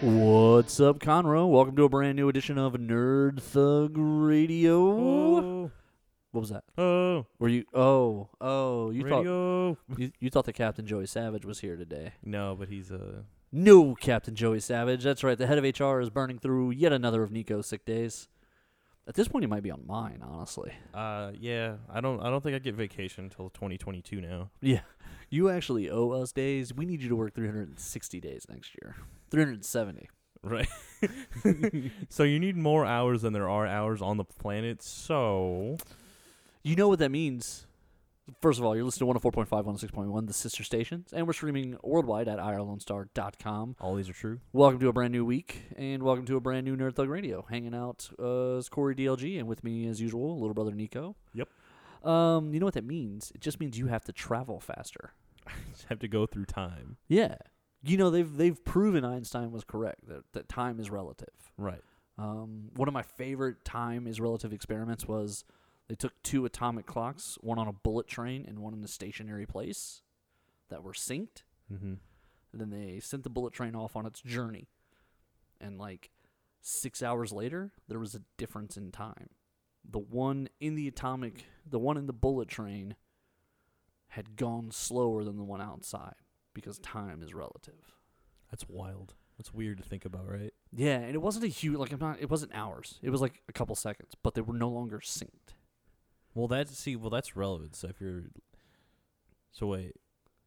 What's up, Conroe? Welcome to a brand new edition of Nerd Thug Radio. Oh, What was that? oh, Were you? Oh, oh, you radio. thought you, you thought that Captain Joey Savage was here today? No, but he's uh No, Captain Joey Savage. That's right. The head of HR is burning through yet another of Nico's sick days. At this point, he might be on mine, honestly. uh yeah. I don't I don't think I get vacation until 2022 now. Yeah, you actually owe us days. We need you to work 360 days next year. 370. Right. so you need more hours than there are hours on the planet. So You know what that means. First of all, you're listening to 104.5, 106.1, the sister stations, and we're streaming worldwide at IRLoneStar.com. all these are true. Welcome to a brand new week, and welcome to a brand new Nerd Thug Radio. Hanging out uh, is Corey DLG, and with me, as usual, little brother Nico. Yep. Um, you know what that means? It just means you have to travel faster. Just have to go through time. Yeah. You know they've they've proven Einstein was correct that, that time is relative. Right. Um, one of my favorite time is relative experiments was they took two atomic clocks, one on a bullet train and one in a stationary place that were synced. Mhm. And then they sent the bullet train off on its journey. And like six hours later, there was a difference in time. The one in the atomic, the one in the bullet train had gone slower than the one outside because time is relative. That's wild. That's weird to think about, right? Yeah, and it wasn't a huge like I'm not it wasn't hours. It was like a couple seconds, but they were no longer synced. Well, that's see, well that's relevant. So if you're So wait.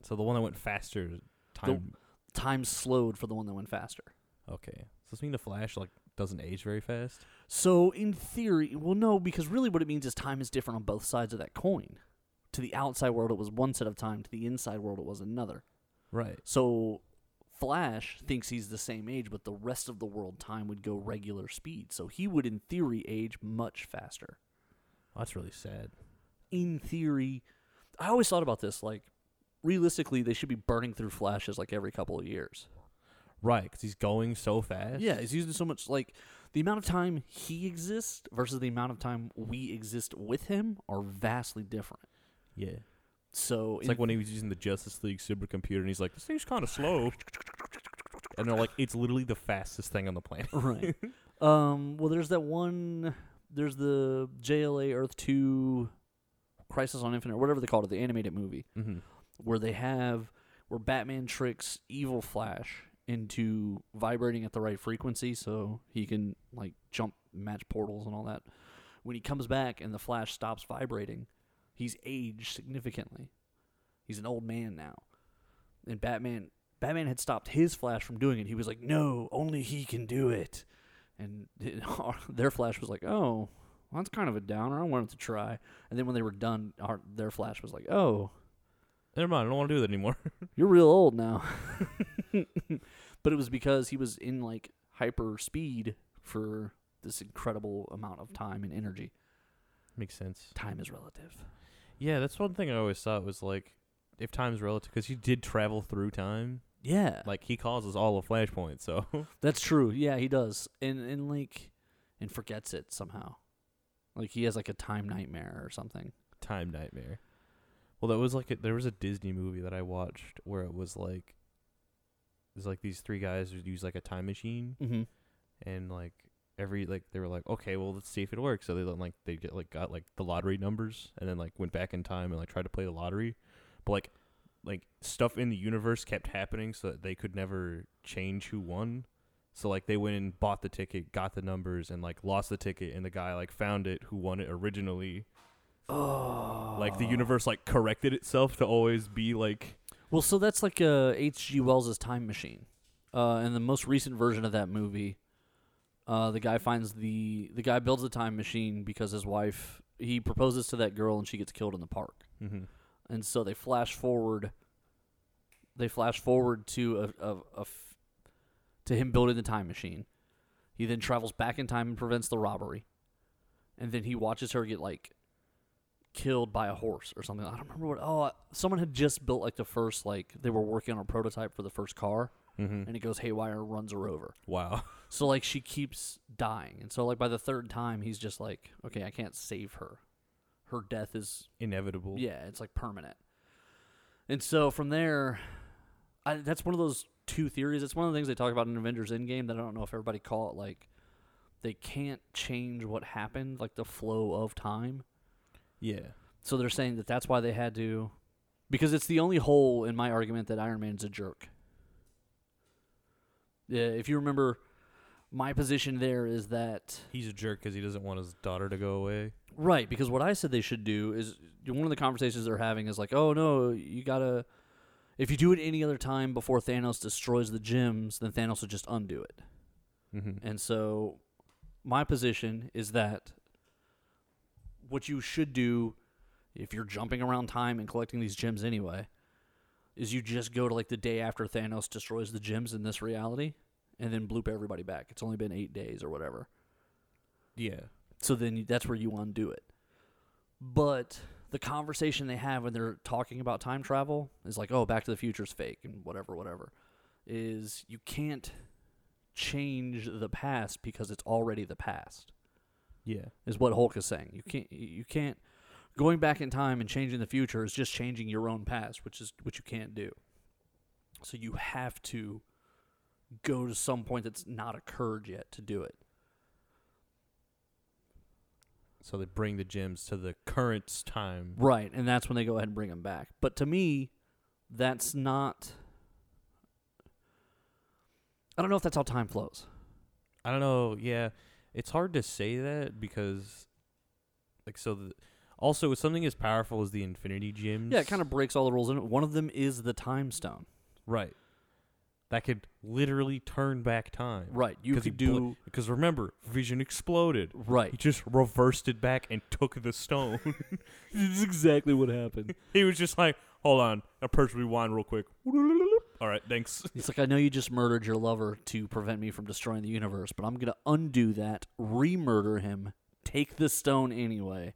So the one that went faster time Time slowed for the one that went faster. Okay. So this mean the Flash like doesn't age very fast? So in theory, well no, because really what it means is time is different on both sides of that coin. To the outside world it was one set of time, to the inside world it was another. Right. So Flash thinks he's the same age, but the rest of the world time would go regular speed. So he would in theory age much faster. That's really sad. in theory, I always thought about this. Like, realistically, they should be burning through flashes like every couple of years. Right, because he's going so fast. Yeah, he's using so much. Like, the amount of time he exists versus the amount of time we exist with him are vastly different. Yeah. So, It's in- like when he was using the Justice League supercomputer and he's like, this thing's kind of slow. And they're like, it's literally the fastest thing on the planet. right. Um. Well, there's that one. There's the JLA Earth Two, Crisis on Infinite, whatever they called it, the animated movie. Mm-hmm. where they have where Batman tricks evil Flash into vibrating at the right frequency so he can like jump match portals and all that. When he comes back and the Flash stops vibrating, he's aged significantly. He's an old man now. And Batman Batman had stopped his Flash from doing it. He was like, "No, only he can do it." And their Flash was like, "Oh, well, that's kind of a downer. I wanted to try." And then when they were done, our, their Flash was like, "Oh, Never mind, I don't want to do that anymore. you're real old now. but it was because he was in like hyper speed for this incredible amount of time and energy. Makes sense. Time is relative. Yeah, that's one thing I always thought was like, if time's relative, because he did travel through time. Yeah. Like, he causes all of Flashpoint, so. That's true. Yeah, he does. And and like and forgets it somehow. Like he has like a time nightmare or something. time nightmare. Well, that was like, a, there was a Disney movie that I watched where it was like, it was like these three guys who use like a time machine. Mm-hmm. and like every like they were like okay well let's see if it works so they like they get like got like the lottery numbers and then like went back in time and like tried to play the lottery but like like stuff in the universe kept happening so that they could never change who won so like they went and bought the ticket got the numbers and like lost the ticket and the guy like found it who won it originally Oh. like the universe like corrected itself to always be like Well, so that's like uh, H.G. Wells' Time Machine. Uh, and the most recent version of that movie, uh, the guy finds the the guy builds a time machine because his wife he proposes to that girl and she gets killed in the park. mm-hmm. And so they flash forward. They flash forward to a, a, a f- to him building the time machine. He then travels back in time and prevents the robbery. And then he watches her get like killed by a horse or something. I don't remember what. Oh, someone had just built like the first like they were working on a prototype for the first car, Mm-hmm. and it goes haywire, and runs her over. wow So like she keeps dying, and so like by the third time, he's just like, okay, I can't save her. Her death is inevitable yeah, it's like permanent. And so from there, I, that's one of those two theories. It's one of the things they talk about in Avengers Endgame that I don't know if everybody caught. Like, they can't change what happened, like the flow of time. Yeah. So they're saying that that's why they had to, because it's the only hole in my argument that Iron Man's a jerk. Yeah, if you remember, my position there is that He's a jerk because he doesn't want his daughter to go away. Right, because what I said they should do is one of the conversations they're having is like, oh no, you gotta. If you do it any other time before Thanos destroys the gems, then Thanos will just undo it. Mm-hmm. And so, my position is that what you should do, if you're jumping around time and collecting these gems anyway, is you just go to like the day after Thanos destroys the gems in this reality and then bloop everybody back. It's only been eight days or whatever. Yeah. So then you, that's where you undo it. But the conversation they have when they're talking about time travel is like, oh, Back to the Future's fake and whatever, whatever. Is you can't change the past because it's already the past. Yeah. Is what Hulk is saying. You can't. You can't. Going back in time and changing the future is just changing your own past, which is which you can't do. So you have to go to some point that's not occurred yet to do it. So they bring the gems to the current time. Right, and that's when they go ahead and bring him back. But to me, that's not. I don't know if that's how time flows. I don't know. Yeah, it's hard to say that because, like, so the, also with something as powerful as the Infinity Gems. Yeah, it kind of breaks all the rules. And one of them is the time stone. right. That could literally turn back time. Right, you 'Cause he could blo- do because remember, Vision exploded. He right. just reversed it back and took the stone. This is exactly what happened. he was just like, "Hold on, a purge rewind real quick." All right, thanks. It's like I know you just murdered your lover to prevent me from destroying the universe, but I'm gonna undo that, re-murder him, take the stone anyway.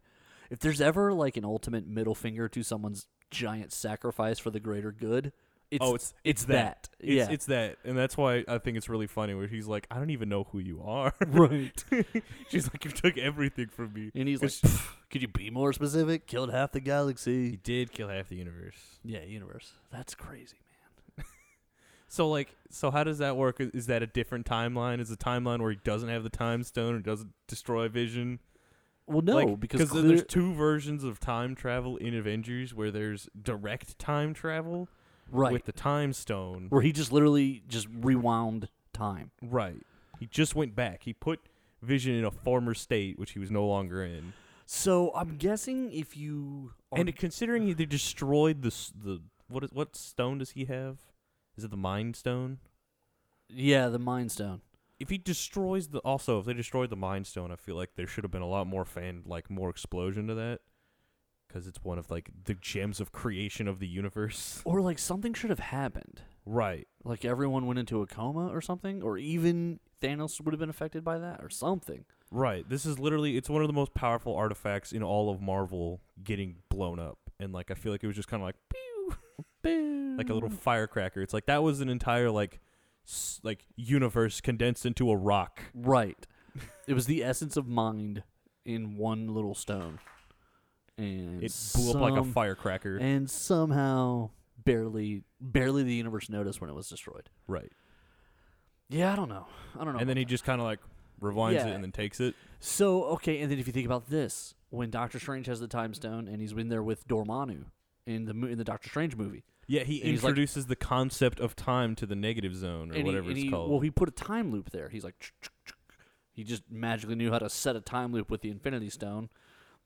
If there's ever like an ultimate middle finger to someone's giant sacrifice for the greater good, it's oh, it's it's that. It's, yeah. it's that, and that's why I think it's really funny where he's like, "I don't even know who you are." right. She's like, "You took everything from me." And he's like, Which- "Pff, could you be more specific? Killed half the He galaxy. did kill half the universe. Yeah, universe. That's crazy, man. So like, so how does that work? Is- Is that a different timeline? Is the timeline where he doesn't have the time stone or doesn't destroy Vision? Well, no, Like, because then clear- there's two versions of time travel in Avengers where there's direct time travel right with the time stone. where he just literally just rewound time. Right. He just went back. He put Vision in a former state which he was no longer in. So I'm guessing if you are, And considering he they destroyed the s- the what is what stone does he have? Is it the Mind Stone? yeah, the Mind Stone. If he destroys the also if they destroyed the Mind Stone, I feel like there should have been a lot more fan like more explosion to that because it's one of like the gems of creation of the universe. Or like something should have happened. Right. Like everyone went into a coma or something, or even Thanos would have been affected by that or something. Right. This is literally it's one of the most powerful artifacts in all of Marvel getting blown up. And like I feel like it was just kind of like pew, like a little firecracker. It's like that was an entire like s- like universe condensed into a rock. Right. it was the essence of mind in one little stone. And It blew up like a some- firecracker. And somehow barely barely the universe noticed when it was destroyed. right. Yeah, I don't know. I don't know. And about then he just kind of like rewinds Yeah. it and then takes it. that. So, okay, and then if you think about this, when Doctor Strange has the time stone and he's in there with Dormammu in the mo- in the Doctor Strange movie. Yeah, he And he's like- introduces the concept of time to the negative zone and or he- whatever and it's he- called. Well, he put a time loop there. He's like, "Ch- ch- ch." he just magically knew how to set a time loop with the Infinity Stone,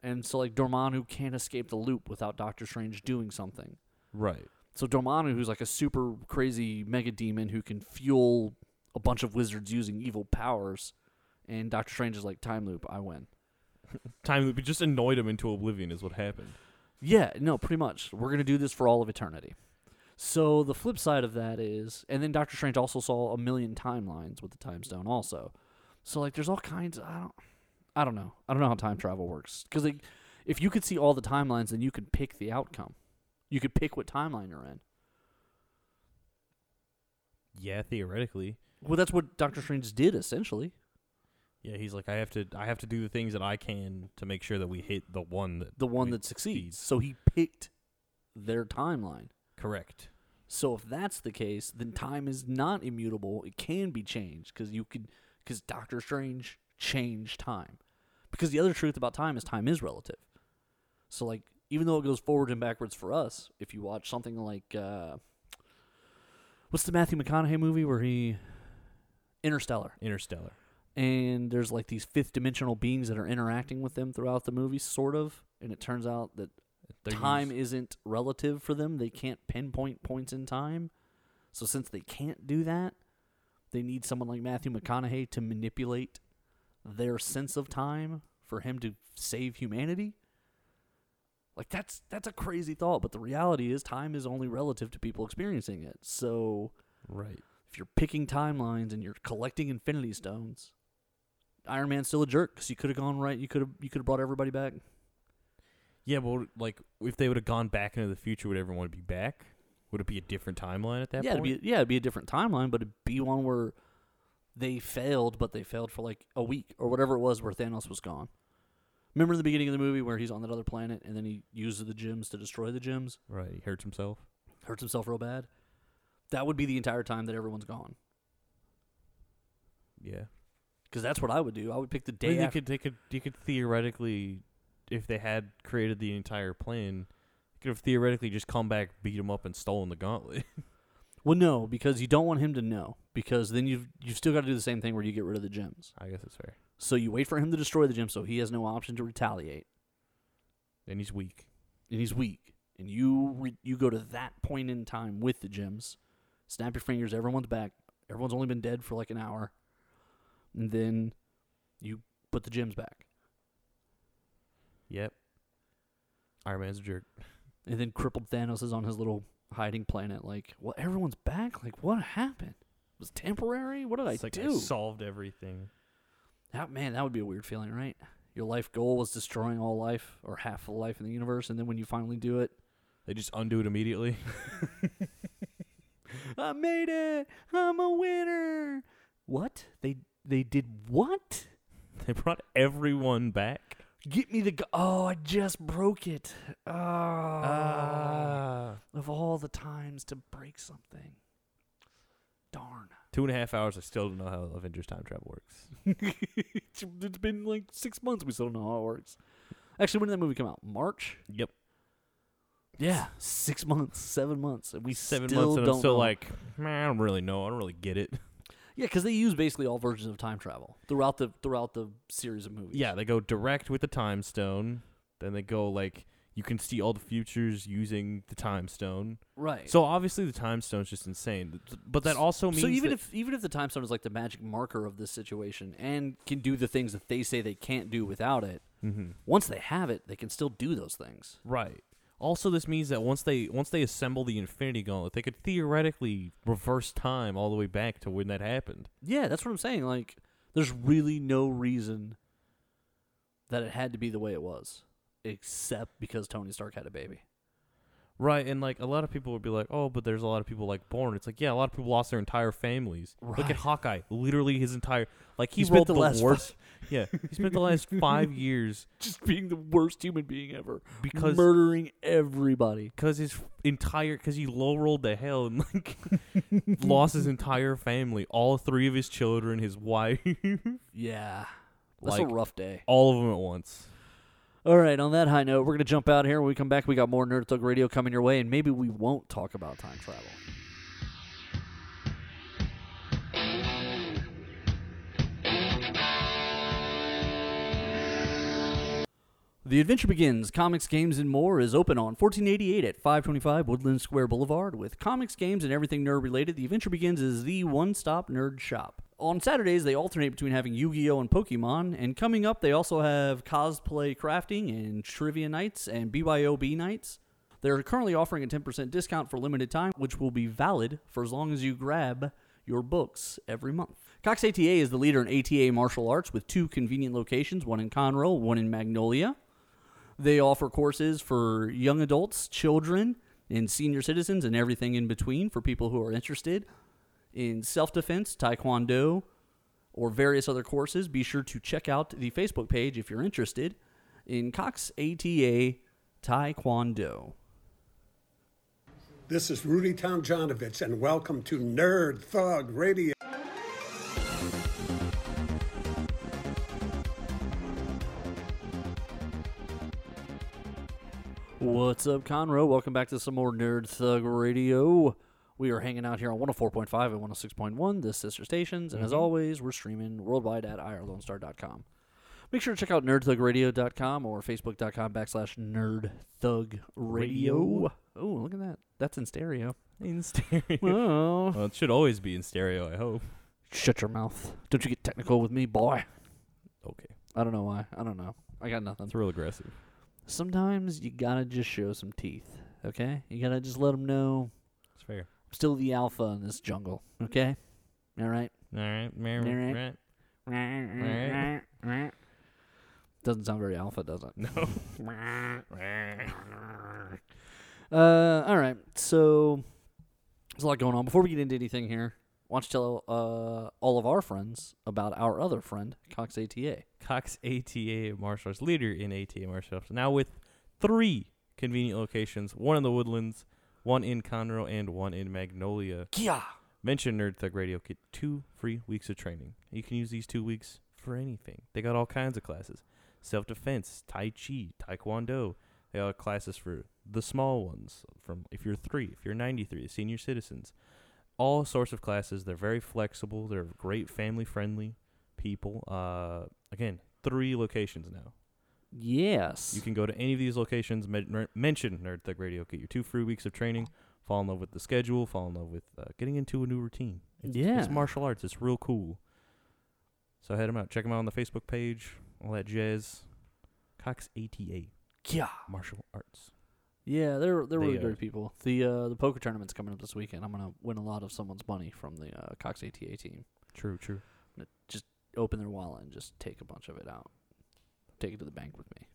and so like Dormammu can't escape the loop without Doctor Strange doing something. right. So Dormammu, who's like a super crazy mega demon who can fuel a bunch of wizards using evil powers, and Doctor Strange is like time loop, I win. Time loop it just annoyed him into oblivion is what happened. Yeah, no, pretty much. We're gonna do this for all of eternity. So the flip side of that is, and then Doctor Strange also saw a million timelines with the time stone, also. So like, there's all kinds. I don't, I don't know. I don't know how time travel works because like, if you could see all the timelines, then you could pick the outcome. You could pick what timeline you're in. Yeah, theoretically. Well, that's what Doctor Strange did essentially. Yeah, he's like I have to I have to do the things that I can to make sure that we hit the one that The one we- that succeeds. succeeds. So he picked their timeline. correct. So if that's the case, then time is not immutable. It can be changed because you could because Doctor Strange changed time. Because the other truth about time is time is relative. So like even though it goes forward and backwards for us, if you watch something like uh, what's the Matthew McConaughey movie where he Interstellar Interstellar. and there's like these fifth dimensional beings that are interacting with them throughout the movie, sort of. And it turns out that They're time used- isn't relative for them. They can't pinpoint points in time. So since they can't do that, they need someone like Matthew McConaughey to manipulate their sense of time for him to save humanity. Like that's that's a crazy thought, but the reality is time is only relative to people experiencing it. So right. if you're picking timelines and you're collecting infinity stones, Iron Man's still a jerk cuz you could have gone right, you could have you could have brought everybody back. Yeah, but like if they would have gone back into the future, would everyone be back? Would it be a different timeline at that yeah, point? It'd be, yeah, it'd be a different timeline, but it'd be one where they failed, but they failed for like a week or whatever it was where Thanos was gone. Remember the beginning of the movie where he's on that other planet and then he uses the gems to destroy the gems, right. He hurts himself. hurts himself real bad? That would be the entire time that everyone's gone. Yeah. Because that's what I would do. I would pick the I mean, day they after. could they could you could theoretically, if they had created the entire plan, they could have theoretically just come back, beat him up, and stolen the gauntlet. Well, no, because you don't want him to know. Because then you've, you've still got to do the same thing where you get rid of the gems. I guess that's fair. So you wait for him to destroy the gem so he has no option to retaliate. And he's weak. and he's weak, and you re- you go to that point in time with the gems, snap your fingers, everyone's back, everyone's only been dead for like an hour, and then you put the gems back, Yep. Iron Man's a jerk. and then crippled Thanos is on his little hiding planet, like, well, everyone's back, like, what happened? It was temporary? What did it's I like I do? solved everything. that man, that would be a weird feeling, right? Your life goal was destroying all life or half of the life in the universe, and then when you finally do it, They just undo it immediately. I made it. I'm a winner. What? They they did what? they brought everyone back. Get me the go- Oh, I just broke it. Oh. Ah. Ah. of all the times to break something. Darn. Two and a half hours. I still don't know how Avengers time travel works. it's it's been like 6 months we still don't know how it works. Actually, when did that movie come out? March? Yep. Yeah, 6 months, 7 months. And we Seven still months, and don't I'm still know. like, man, I don't really know. I don't really get it. Yeah, cuz they use basically all versions of time travel throughout the throughout the series of movies. Yeah, they go direct with the time stone. Then they go like you can see all the futures using the time stone. Right. So obviously the time stone's just insane. Th- But that Eh. S- also means So even that- if even if the time stone is like the magic marker of this situation and can do the things that they say they can't do without it, Mhm. once they have it, they can still do those things. right. Also, this means that once they once they assemble the Infinity Gauntlet, they could theoretically reverse time all the way back to when that happened. Yeah, that's what I'm saying. Like, there's really no reason that it had to be the way it was, except because Tony Stark had a baby. Right, and like a lot of people would be like, "Oh, but there's a lot of people like born." It's like, yeah, a lot of people lost their entire families. Look Right. at Hawkeye, literally his entire like he, He spent rolled the the, last worst. yeah, he spent the last five years Just being the worst human being ever, because murdering everybody. because his entire because he low rolled to hell and like lost his entire family, all three of his children, his wife, Yeah, that's Like- a rough day. all of them at once. All right, on that high note, we're going to jump out here. When we come back, we got more Nerd Thug Radio coming your way, and maybe we won't talk about time travel. The Adventure Begins Comics, Games, and More is open on 1488 at 525 Woodland Square Boulevard. With comics, games, and everything nerd related, The Adventure Begins is the one stop nerd shop. On Saturdays, they alternate between having Yu Gi Oh! and Pokemon, and coming up, they also have cosplay crafting and trivia nights and BYOB nights. They're currently offering a 10% discount for limited time, which will be valid for as long as you grab your books every month. Cox ATA is the leader in ATA martial arts with two convenient locations, one in Conroe, one in Magnolia. They offer courses for young adults, children, and senior citizens, and everything in between for people who are interested in self defense, taekwondo, or various other courses. Be sure to check out the Facebook page if you're interested in Cox ATA Taekwondo. This is Rudy Tomjanovich, and welcome to Nerd Thug Radio. What's up, Conroe? Welcome back to some more Nerd Thug Radio. We are hanging out here on 104.5 and 106.1, the sister stations, and as Mm-hmm. always, we're streaming worldwide at irlonestar.com. Make sure to check out nerdthugradio.com or facebook.com backslash nerdthugradio. Radio. Radio. Oh, look at that. That's in stereo. In stereo. Well, Well, it should always be in stereo, I hope. shut your mouth. Don't you get technical with me, boy. Okay. I don't know why. I don't know. I got nothing. That's real aggressive. Sometimes you gotta just show some teeth, okay? You gotta just let them know It's fair. I'm still the alpha in this jungle, okay? All right. All right. All Right. right. right. Doesn't sound very alpha, does it? No. Uh, all right. So there's a lot going on. Before we get into anything here, why don't you tell uh, all of our friends about our other friend, Cox ATA? Cox ATA Martial Arts, leader in ATA Martial Arts, now with three convenient locations one in the Woodlands, one in Conroe, and one in Magnolia. Yeah. Mention Nerd Thug Radio, get two free weeks of training. You can use these two weeks for anything. They got all kinds of classes self defense, Tai Chi, Taekwondo. They got classes for the small ones, from if you're three, if you're 93, senior citizens. All sorts of classes. They're very flexible, they're great family friendly people. Uh, again, three locations now. Yes. You can go to any of these locations, men- mer- mention Nerd Thug Radio, get your two free weeks of training, fall in love with the schedule, fall in love with uh, getting into a new routine. It's, Yeah. It's martial arts. It's real cool. So head them out. Check them out on the Facebook page, all that jazz. Cox ATA, yeah. martial arts. Yeah, they're they're They really are. great people. The uh, the poker tournament's coming up this weekend. I'm gonna win a lot of someone's money from the uh, Cox ATA team. True, true. Open their wallet and just take a bunch of it out. Take it to the bank with me.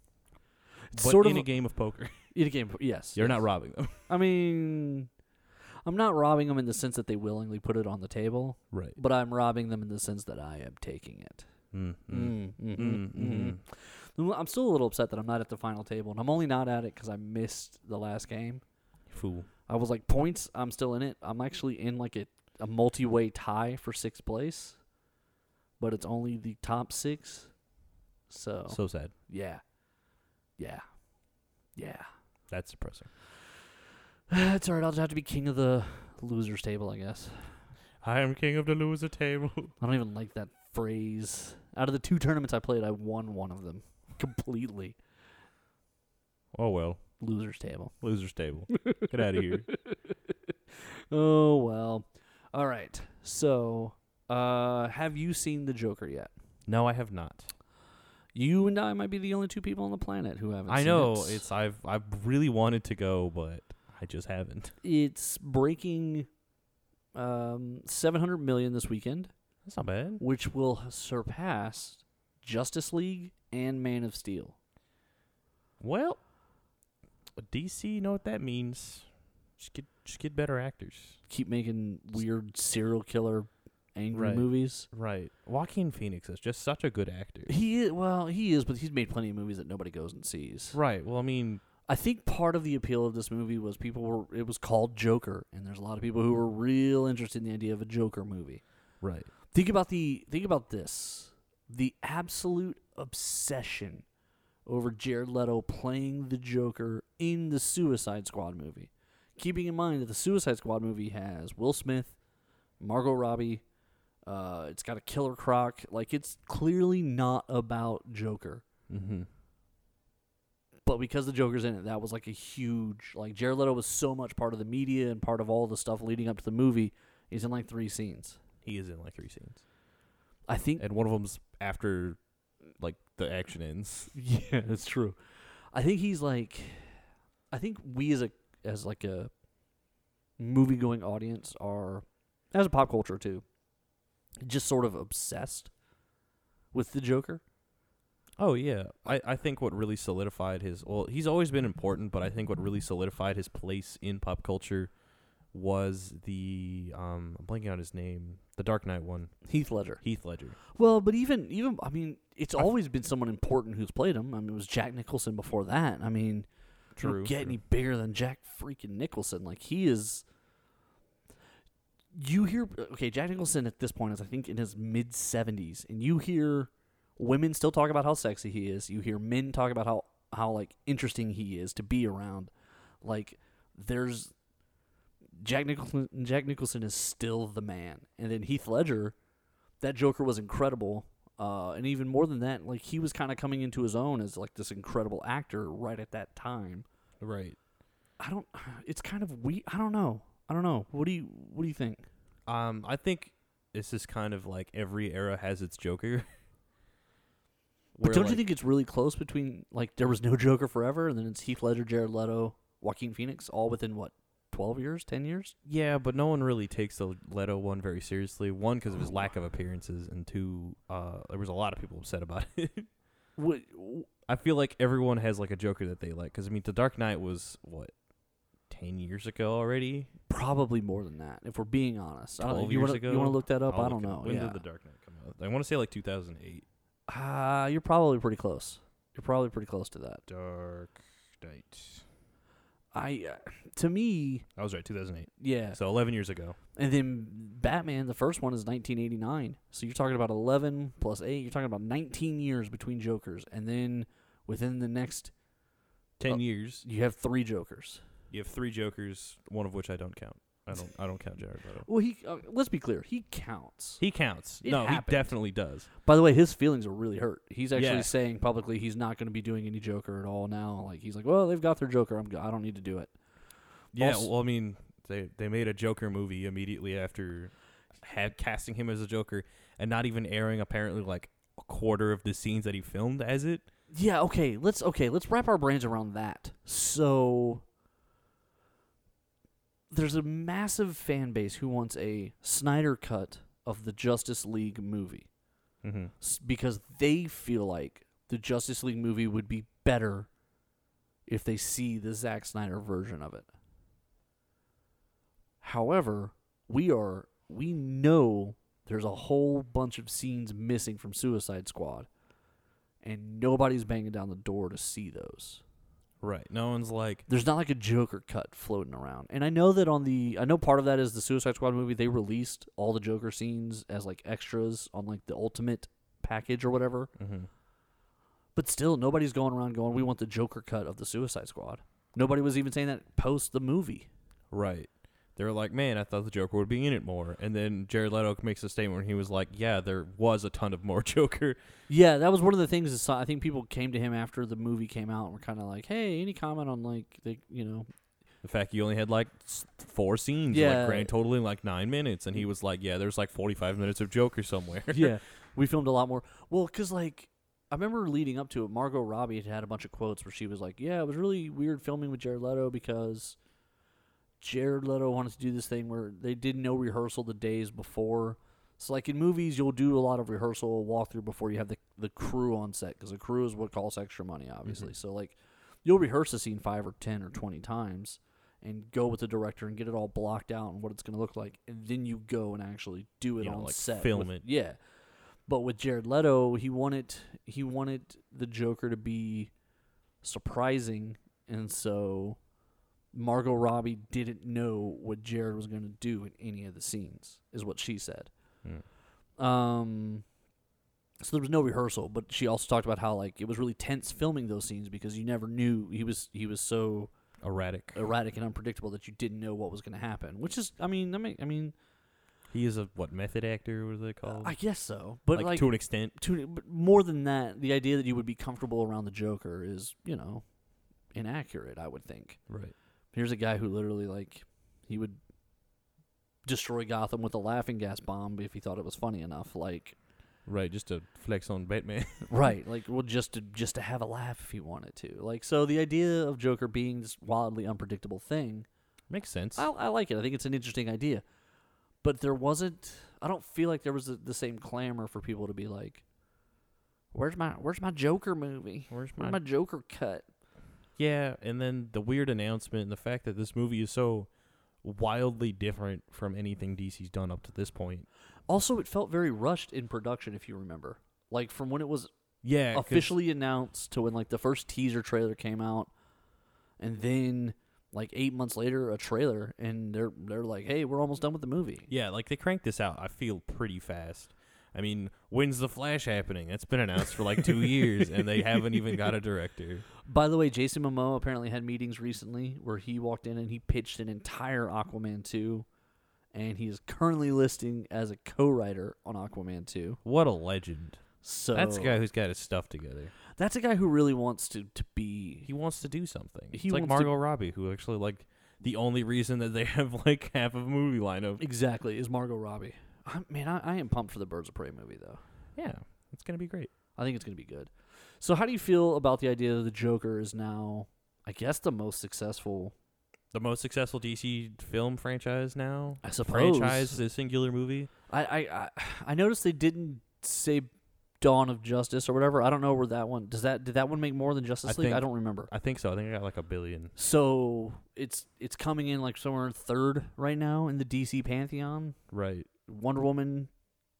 It's but sort in of a game of poker, in a game. Yes, you're yes. not robbing them. I mean, I'm not robbing them in the sense that they willingly put it on the table, Right. but I'm robbing them in the sense that I am taking it. Mm, mm, Mm, mhm, mm, mhm. mm, mm. Well, I'm still a little upset that I'm not at the final table, and I'm only not at it because I missed the last game. Fool. I was like points. I'm still in it. I'm actually in like a, a multi-way tie for sixth place, but it's only the top six. So, So sad. yeah, yeah, yeah. That's depressing. That's all right. I'll just have to be king of the losers table, I guess. I am king of the loser table. I don't even like that phrase. Out of the two tournaments I played, I won one of them completely. Oh well, Losers table. loser's table. Get out of here. Oh well. All right. So, uh, have you seen the Joker yet? No, I have not. You and I might be the only two people on the planet who haven't. I seen know it. it's I've I've really wanted to go, but I just haven't. it's breaking um 700 million this weekend, That's not bad. which will surpass Justice League and Man of Steel. Well, DC know what that means. Just get just get better actors. Keep making weird serial killer angry Right. movies. Right. Joaquin Phoenix is just such a good actor. He is, well, he is, but he's made plenty of movies that nobody goes and sees. Right. Well, I mean, I think part of the appeal of this movie was people were it was called Joker, and there's a lot of people who were real interested in the idea of a Joker movie. right. Think about the think about this. The absolute obsession over Jared Leto playing the Joker in the Suicide Squad movie. Keeping in mind that the Suicide Squad movie has Will Smith, Margot Robbie, uh, it's got a killer croc. Like it's clearly not about Joker. Mm-hmm. but because the Joker's in it, that was like a huge like Jared Leto was so much part of the media and part of all the stuff leading up to the movie. He's in like three scenes. He is in like three scenes, I think. and one of them's after like the action ends. Yeah, that's true. I think he's like, I think we as a as like a movie going audience are, as a pop culture too, just sort of obsessed with the Joker. Oh yeah. I I think what really solidified his well, he's always been important, but I think what really solidified his place in pop culture was the um I'm blanking out his name, the Dark Knight one, Heath Ledger. Heath Ledger. Well, but even even I mean, it's always been someone important who's played him. I mean, it was Jack Nicholson before that. I mean, You True, don't get true. any bigger than Jack freaking Nicholson. Like he is. You hear okay, Jack Nicholson at this point is I think in his mid seventies, and you hear women still talk about how sexy he is. You hear men talk about how how like interesting he is to be around. Like there's Jack Nicholson. Jack Nicholson is still the man, and then Heath Ledger. That Joker was incredible, uh, and even more than that, like he was kind of coming into his own as like this incredible actor right at that time. Right. I don't. It's kind of we. I don't know. I don't know. What do you What do you think? Um, I think it's just kind of like every era has its Joker. But Where, don't you like- think it's really close between like there was no Joker forever, and then it's Heath Ledger, Jared Leto, Joaquin Phoenix, all within what twelve years, ten years? Yeah, but no one really takes the Leto one very seriously. One, because of his lack of appearances, and two, uh, there was a lot of people upset about it. What? I feel like everyone has like a Joker that they like. Because I mean, The Dark Knight was what ten years ago already. Probably more than that, if we're being honest. I don't, 12 you years wanna, ago? You want to look that up? I'll I look don't it up. know. When yeah. did The Dark Knight come out? I want to say like 2008. Ah, you're probably pretty close. You're probably pretty close to that. Dark Knight. I, uh, to me, I was right, 2008. yeah. So 11 years ago. And then Batman, the first one is 1989. So you're talking about 11 plus 8. You're talking about 19 years between Jokers. And then within the next, 10 Oh. years. you have three Jokers. You have three Jokers, one of which I don't count. I don't. I don't count Jared Leto. Well, he uh, let's be clear. He counts. He counts. It no, happened. he definitely does. By the way, his feelings are really hurt. He's actually Yeah. saying publicly he's not going to be doing any Joker at all now. Like he's like, well, they've got their Joker. I'm. g- I don't need to do it. Yeah, Also- well, I mean, they they made a Joker movie immediately after had casting him as a Joker and not even airing apparently like a quarter of the scenes that he filmed as it. Yeah, okay. Let's okay, let's wrap our brains around that. So there's a massive fan base who wants a Snyder cut of the Justice League movie Mm-hmm. s- because they feel like the Justice League movie would be better if they see the Zack Snyder version of it. However, we are we know there's a whole bunch of scenes missing from Suicide Squad and nobody's banging down the door to see those. Right. No one's like, There's not like a Joker cut floating around. And I know that on the I know part of that is the Suicide Squad movie they released all the Joker scenes as like extras on like the ultimate package or whatever. mhm. But still, nobody's going around going, we want the Joker cut of the Suicide Squad. Nobody was even saying that post the movie. right. They were like, man, I thought the Joker would be in it more. And then Jared Leto makes a statement where he was like, yeah, there was a ton of more Joker. Yeah, that was one of the things. That saw, I think people came to him after the movie came out and were kind of like, hey, any comment on, like, the, you know. The fact you only had like s- four scenes, Yeah. like grand totaling like nine minutes, and he was like, yeah, there's like 45 minutes of Joker somewhere. yeah, we filmed a lot more. Well, because, like, I remember leading up to it, Margot Robbie had had a bunch of quotes where she was like, yeah, it was really weird filming with Jared Leto because Jared Leto wanted to do this thing where they did no rehearsal the days before. So, like in movies, you'll do a lot of rehearsal walkthrough before you have the the crew on set because the crew is what costs extra money, obviously. So, like, you'll rehearse a scene five or ten or twenty times and go with the director and get it all blocked out and what it's going to look like, and then you go and actually do it You know, on like, set, film with- it. yeah. But with Jared Leto, he wanted he wanted the Joker to be surprising, and so Margot Robbie didn't know what Jared was going to do in any of the scenes, is what she said. Hmm. Um, so there was no rehearsal, but she also talked about how like it was really tense filming those scenes because you never knew he was he was so Erratic. erratic and unpredictable that you didn't know what was going to happen. Which is, I mean, I mean, I mean, He is a, what, method actor? What are they called? I guess so, but like, like, to an extent. to, but more than that, the idea that you would be comfortable around the Joker is, you know, inaccurate. I would think. Right. Here's a guy who literally like he would destroy Gotham with a laughing gas bomb if he thought it was funny enough. Like Right, just to flex on Batman. right, like well just to just to have a laugh if he wanted to. Like so the idea of Joker being this wildly unpredictable thing, Makes sense. I I like it. I think it's an interesting idea. But there wasn't I don't feel like there was the the same clamor for people to be like Where's my where's my Joker movie? Where's Where's my Joker cut? Yeah, and then the weird announcement and the fact that this movie is so wildly different from anything DC's done up to this point. Also, it felt very rushed in production if you remember. Like from when it was Yeah, 'cause- officially announced to when like the first teaser trailer came out and then like eight months later, a trailer, and they're they're like, "Hey, we're almost done with the movie." Yeah, like they cranked this out. I feel pretty fast. I mean, when's the Flash happening? That's been announced for like two years, and they haven't even got a director. By the way, Jason Momoa apparently had meetings recently where he walked in and he pitched an entire Aquaman two, and he is currently listing as a co-writer on Aquaman two. What a legend! So That's a guy who's got his stuff together. that's a guy who really wants to to be He wants to do something. He He's like wants to- Margot Robbie, who actually like the only reason that they have like half of a movie lineup. exactly is Margot Robbie. I, man, I, I am pumped for the Birds of Prey movie though. Yeah, it's gonna be great. I think it's going to be good. So, how do you feel about the idea that the Joker is now, I guess, the most successful? The most successful DC film franchise now. I suppose. Franchise is a singular movie. I, I, I, I noticed they didn't say Dawn of Justice or whatever. I don't know where that one does that. Did that one make more than Justice I League? I think- don't remember. I think so. I think I got like a billion. So it's it's coming in like somewhere in third right now in the DC pantheon. Right. Wonder Woman,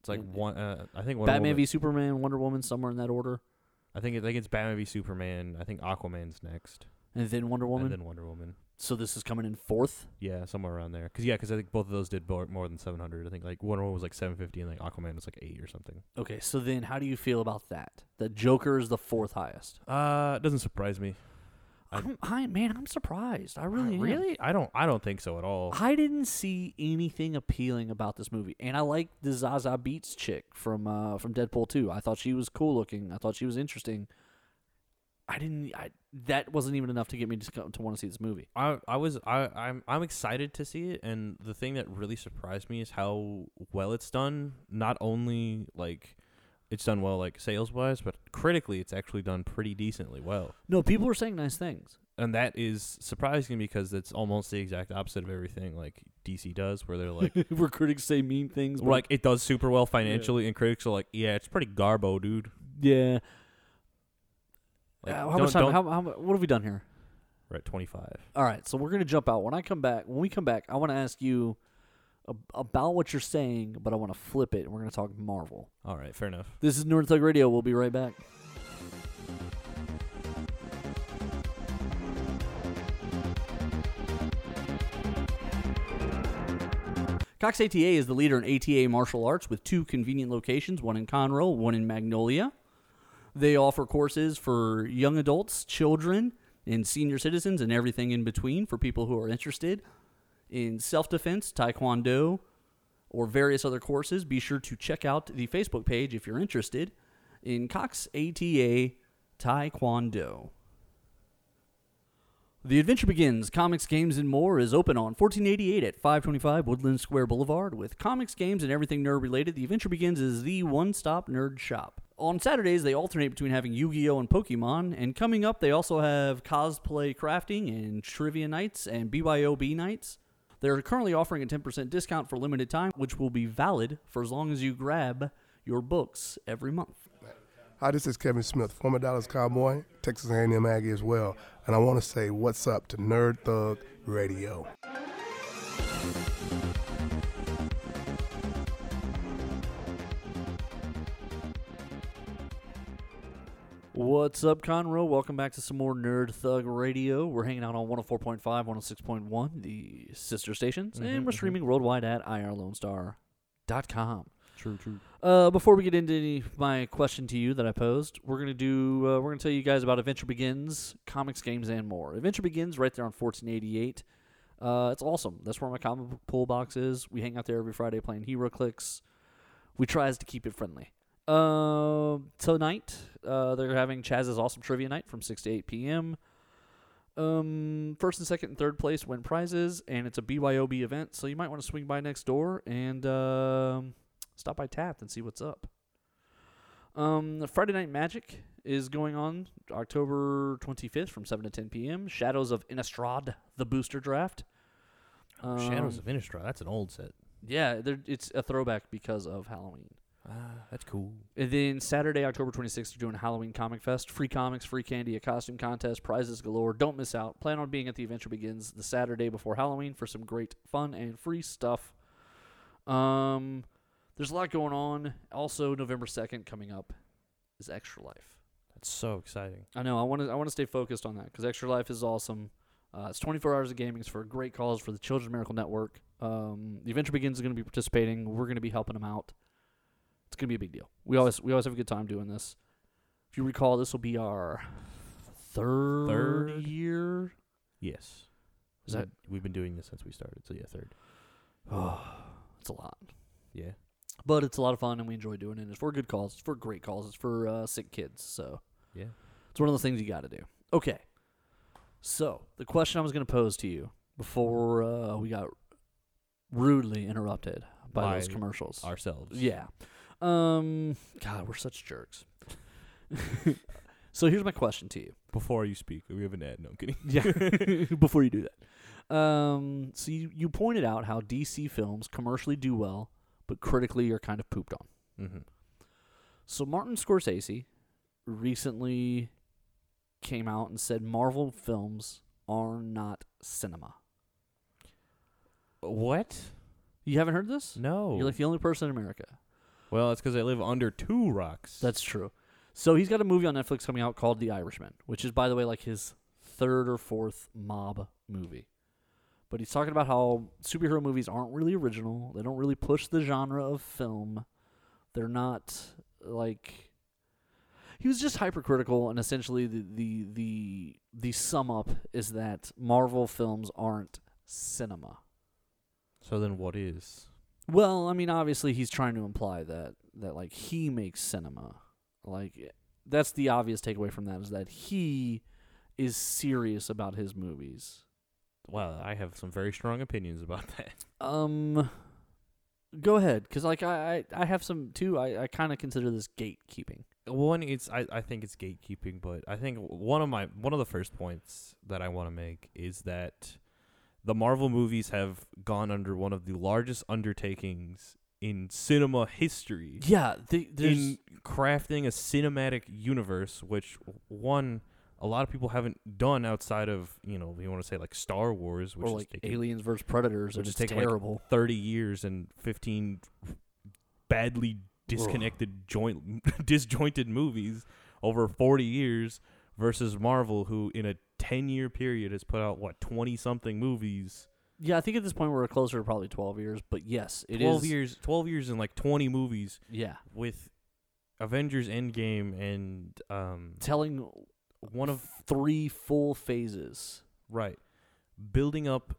It's like Mm. one. Uh, I think one. Batman v Superman, Wonder Woman, somewhere in that order, I think I think it's Batman v Superman. I think Aquaman's next, and then Wonder Woman. and then Wonder Woman. so this is coming in fourth. Yeah, somewhere around there. Cause yeah, 'cause I think both of those did more, more than seven hundred. I think like Wonder Woman was like seven fifty, and like Aquaman was like eight or something. Okay, so then how do you feel about that? That Joker is the fourth highest. Uh, it doesn't surprise me. I- I'm, I man, I'm surprised. I really, Ah. am. really? I don't. I don't think so at all. I didn't see anything appealing about this movie, and I like the Zaza Beats chick from uh, from Deadpool 2. I thought she was cool looking. I thought she was interesting. I didn't. I that wasn't even enough to get me to go- to want to see this movie. I I was I I'm I'm excited to see it, and the thing that really surprised me is how well it's done. Not only like it's done well like sales wise, but critically, it's actually done pretty decently well. No, people were saying nice things. and that is surprising because it's almost the exact opposite of everything like DC does, where they're like, where critics say mean things. like it does super well financially, and critics are like, yeah, it's pretty garbo, dude. yeah. Like, Uh, how don't- much time? don't- How, how, mu- what have we done here? We're at twenty five. All right, so we're gonna jump out. When I come back, when we come back, I want to ask you ab- about what you're saying, but I want to flip it, and we're gonna talk Marvel. All right, fair enough. This is Nerd Thug Radio. We'll be right back. Cox ATA is the leader in ATA martial arts with two convenient locations, one in Conroe, one in Magnolia. They offer courses for young adults, children, and senior citizens, and everything in between for people who are interested in self defense, taekwondo, or various other courses, be sure to check out the Facebook page if you're interested in Cox ATA Taekwondo. The Adventure Begins Comics, Games, and More is open on 1488 at 525 Woodland Square Boulevard. With comics, games, and everything nerd related, The Adventure Begins is the one stop nerd shop. On Saturdays, they alternate between having Yu Gi Oh! and Pokemon, and coming up, they also have cosplay crafting and trivia nights and BYOB nights. They're currently offering a 10% discount for limited time, which will be valid for as long as you grab your books every month. Hi, this is Kevin Smith, former Dallas Cowboy, Texas A&M Aggie as well, and I want to say what's up to Nerd Thug Radio. What's up, Conroe? Welcome back to some more Nerd Thug Radio. We're hanging out on 104.5, 106.1, the sister stations, and we're streaming worldwide at irlonestar.com. True, true. Uh, before we get into any, my question to you that I posed, we're gonna do uh, we're gonna tell you guys about Adventure Begins, comics, games, and more. Adventure Begins right there on 1488. Uh, it's awesome. That's where my comic book pull box is. We hang out there every Friday playing Hero Clicks. We tries to keep it friendly. Um, tonight uh, they're having Chaz's awesome trivia night from six to eight p.m. Um, first and second and third place win prizes, and it's a BYOB event, so you might want to swing by next door and. Um, stop by Taft and see what's up. Um, the Friday Night Magic is going on October 25th from 7 to 10 p.m. Shadows of Innistrad, the booster draft. Um, Shadows of Innistrad. That's an old set. Yeah, they're- it's a throwback because of Halloween. Ah, that's cool. And then Saturday, October 26th, you're doing a Halloween Comic Fest. Free comics, free candy, a costume contest, prizes galore. Don't miss out. Plan on being at the Adventure Begins the Saturday before Halloween for some great fun and free stuff. Um, there's a lot going on. Also, November 2nd coming up is Extra Life. That's so exciting. I know. I want to. I want to stay focused on that because Extra Life is awesome. Uh, it's 24 hours of gaming. It's for a great cause for the Children's Miracle Network. Um, the Adventure Begins is going to be participating. We're going to be helping them out. It's going to be a big deal. We always we always have a good time doing this. If you recall, this will be our third, Third? year. Yes. Is that we've been doing this since we started? So yeah, third. it's a lot, Yeah. but it's a lot of fun and we enjoy doing it. It's for a good cause. It's for a great cause. It's for uh, sick kids. So Yeah. It's one of those things you got to do. Okay. So the question I was going to pose to you before uh, we got rudely interrupted by, By those commercials. Ourselves. yeah. Um. God, we're such jerks. so here's my question to you. Before you speak, we have an ad. No, I'm kidding. Yeah. Before you do that. Um. So you, you pointed out how DC films commercially do well, but critically are kind of pooped on. Mm-hmm. So Martin Scorsese recently came out and said Marvel films are not cinema. What? You haven't heard this? No. You're like the only person in America. well, it's because I live under two rocks. That's true. So he's got a movie on Netflix coming out called The Irishman, which is by the way like his third or fourth mob movie. But he's talking about how superhero movies aren't really original. They don't really push the genre of film. They're not like he was just hypercritical and essentially the the the, the sum up is that Marvel films aren't cinema. so then what is? Well, I mean, obviously he's trying to imply that that like he makes cinema. Like eh, that's the obvious takeaway from that is that he is serious about his movies. Wow, I have some very strong opinions about that. Um go ahead cuz like I, I I have some too. I I kind of consider this gatekeeping. One, it's I, I think it's gatekeeping, but I think one of my one of the first points that I want to make is that the Marvel movies have gone under one of the largest undertakings in cinema history. Yeah, they, there's in crafting a cinematic universe, which one a lot of people haven't done outside of you know you want to say like Star Wars, which or is like taking aliens versus predators, which which is is taking, like, terrible. thirty years and fifteen badly disconnected joint disjointed movies over forty years versus Marvel, who in a ten year period has put out what twenty something movies. yeah, I think at this point we're closer to probably 12 years, but yes, it is. twelve years, twelve years, and like twenty movies Yeah, with Avengers Endgame and um, telling one of three full phases. Right. Building up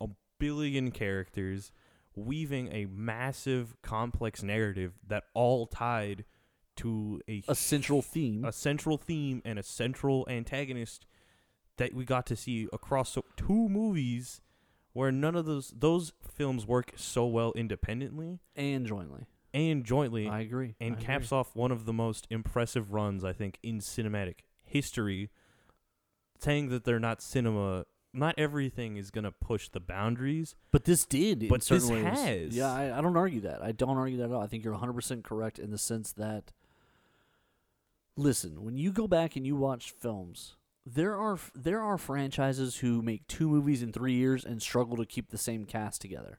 a billion characters, weaving a massive, complex narrative that all tied to a, A central theme. a central theme and a central antagonist that we got to see across so- two movies where none of those those films work so well independently and jointly. and jointly I agree. and I caps agree. off one of the most impressive runs I think in cinematic history. Saying that they're not cinema, not everything is gonna push the boundaries. But this did. in But certain this ways. has. Yeah, I, I don't argue that. I don't argue that at all. I think you're 100 percent correct in the sense that. Listen, when you go back and you watch films, there are f- there are franchises who make two movies in three years and struggle to keep the same cast together.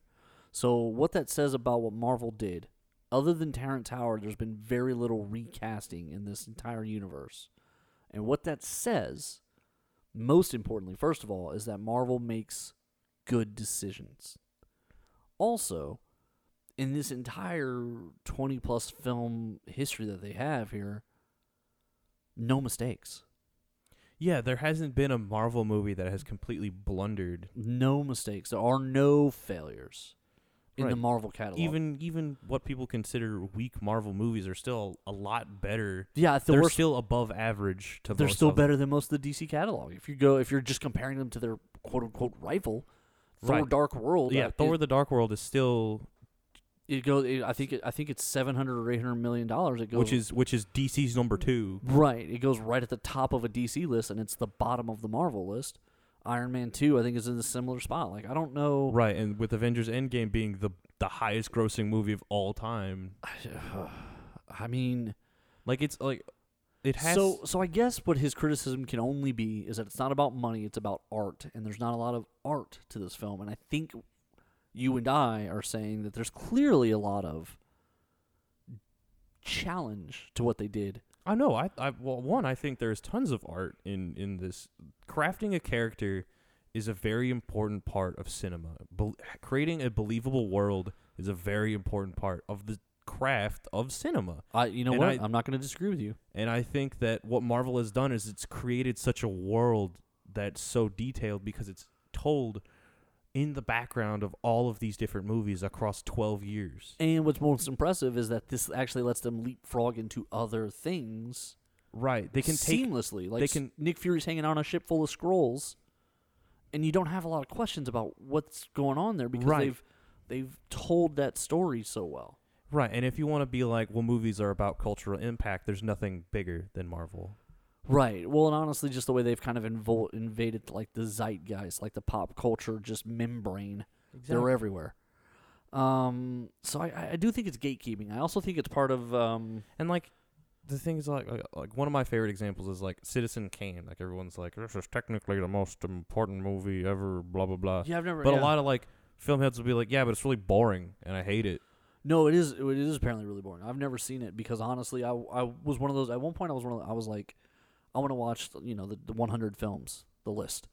So what that says about what Marvel did, other than Terrence Howard, there's been very little recasting in this entire universe. And what that says, most importantly, first of all, is that Marvel makes good decisions. Also, in this entire 20 plus film history that they have here, no mistakes. Yeah, there hasn't been a Marvel movie that has completely blundered. No mistakes. There are no failures in the Right. Marvel catalog. Even even what people consider weak Marvel movies are still a lot better. yeah, the they're worst still above average to they're most still of them. better than most of the DC catalog. If you go, if you're just comparing them to their quote unquote rival, Thor: Right. Dark World. Yeah, uh, Thor: It, The Dark World is still, it goes. It, I think. It, I think it's seven hundred or eight hundred million dollars. It goes. which is which is DC's number two. right. It goes right at the top of a DC list, and it's the bottom of the Marvel list. Iron Man two, I think, is in a similar spot. Like I don't know. Right, and with Avengers Endgame being the the highest grossing movie of all time, I mean, Like it's like it has so so I guess what his criticism can only be is that it's not about money, it's about art, and there's not a lot of art to this film. And I think you and I are saying that there's clearly a lot of challenge to what they did. I know I I well one I think there's tons of art in in this crafting a character is a very important part of cinema. Bel creating a believable world is a very important part of the craft of cinema. I, you know And what? I- I'm not going to disagree with you. And I think that what Marvel has done is it's created such a world that's so detailed because it's told in the background of all of these different movies across 12 years. And what's most impressive is that this actually lets them leapfrog into other things Right. They can take seamlessly. Like they s- can- Nick Fury's hanging on a ship full of scrolls, and you don't have a lot of questions about what's going on there because Right. they've they've told that story so well. Right. And if you want to be like, well, movies are about cultural impact, there's nothing bigger than Marvel. Right. Well, and honestly, just the way they've kind of invol- invaded like the zeitgeist, like the pop culture, just membrane. They're everywhere. Um. So I- I, I do think it's gatekeeping. I also think it's part of um. And like the thing is like like- like one of my favorite examples is like Citizen Kane. Like everyone's like this is technically the most important movie ever blah blah blah. Yeah, I've never. Uh, But yeah. a lot of like film heads will be like, "Yeah, but it's really boring and I hate it." No, it is. It is apparently really boring. I've never seen it because honestly, I, I was one of those. At one point, I was one. Of, the- I was like, I want to watch you know the, the 100 films, the list,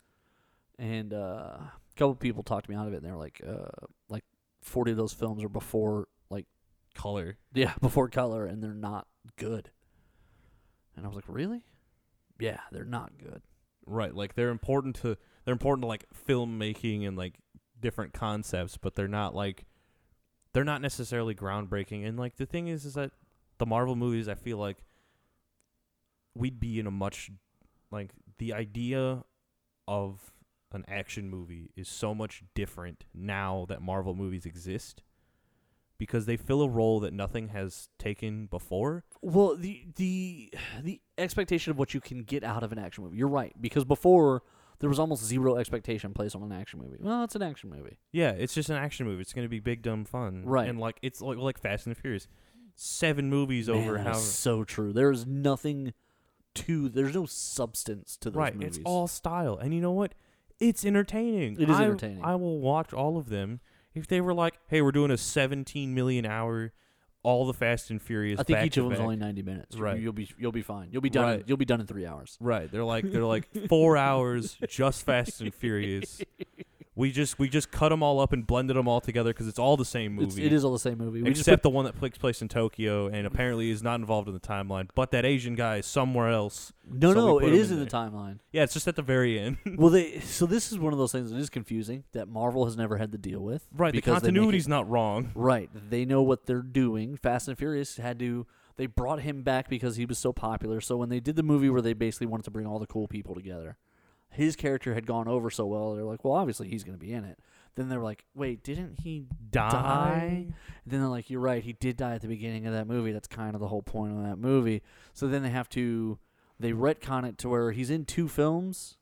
and uh, a couple people talked me out of it, and they were like, uh, like 40 of those films are before like Color. yeah before color, and they're not good. And I was like, really? Yeah, they're not good. Right. Like they're important to they're important to like filmmaking and like different concepts, but they're not like they're not necessarily groundbreaking. And like the thing is is that the Marvel movies I feel like we'd be in a much like the idea of an action movie is so much different now that Marvel movies exist because they fill a role that nothing has taken before. Well, the the the expectation of what you can get out of an action movie. You're right because before there was almost zero expectation placed on an action movie. Well, it's an action movie. Yeah, it's just an action movie. It's going to be big dumb fun. Right. And like it's like like Fast and the Furious. 7 movies Man, over that how is so true. There is nothing to. There's no substance to those Right, movies. it's all style. And you know what? It's entertaining. It is I- entertaining. I will watch all of them if they were like, "Hey, we're doing a 17 million hour all the Fast and Furious I think back each to of them's back." only ninety minutes. You- Right. You'll be you'll be fine. You'll be done. Right. You'll be done in three hours. Right. They're like they're like 4 hours just Fast and Furious. We just we just cut them all up and blended them all together cuz it's all the same It's, movie. it is all the same movie. We just except the one that takes place in Tokyo and apparently is not involved in the timeline. But that Asian guy is somewhere else. put- no, so we no, put it 'em is in in the timeline. Yeah, it's just at the very end. well, they so this is one of those things that is confusing that Marvel has never had to deal with. right, the because they make it- continuity's not wrong. Right. They know what they're doing. Fast and Furious had to. They brought him back because he was so popular. So when they did the movie where they basically wanted to bring all the cool people together, his character had gone over so well. They're like, well, obviously he's going to be in it. Then they were like, wait, didn't he die? Then they're like, you're right, he did die at the beginning of that movie. That's kind of the whole point of that movie. So then they have to. They retcon it to where he's in two films,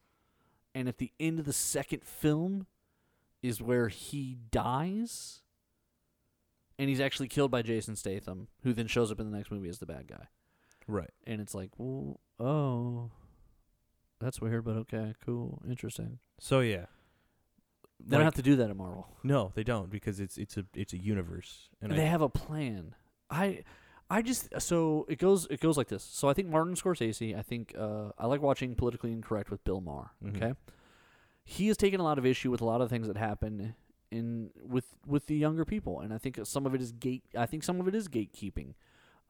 and at the end of the second film is where he dies and he's actually killed by Jason Statham, who then shows up in the next movie as the bad guy. Right. And it's like, well, oh, that's weird, but okay, cool, interesting. So yeah. They don't Like- have to do that at Marvel. No, they don't because it's it's a it's a universe. And they I, have a plan. I, I just so it goes it goes like this. So I think Martin Scorsese. I think uh, I like watching Politically Incorrect with Bill Maher. Mhm. Okay, he has taken a lot of issue with a lot of things that happen in with with the younger people, and I think some of it is gate. I think some of it is gatekeeping.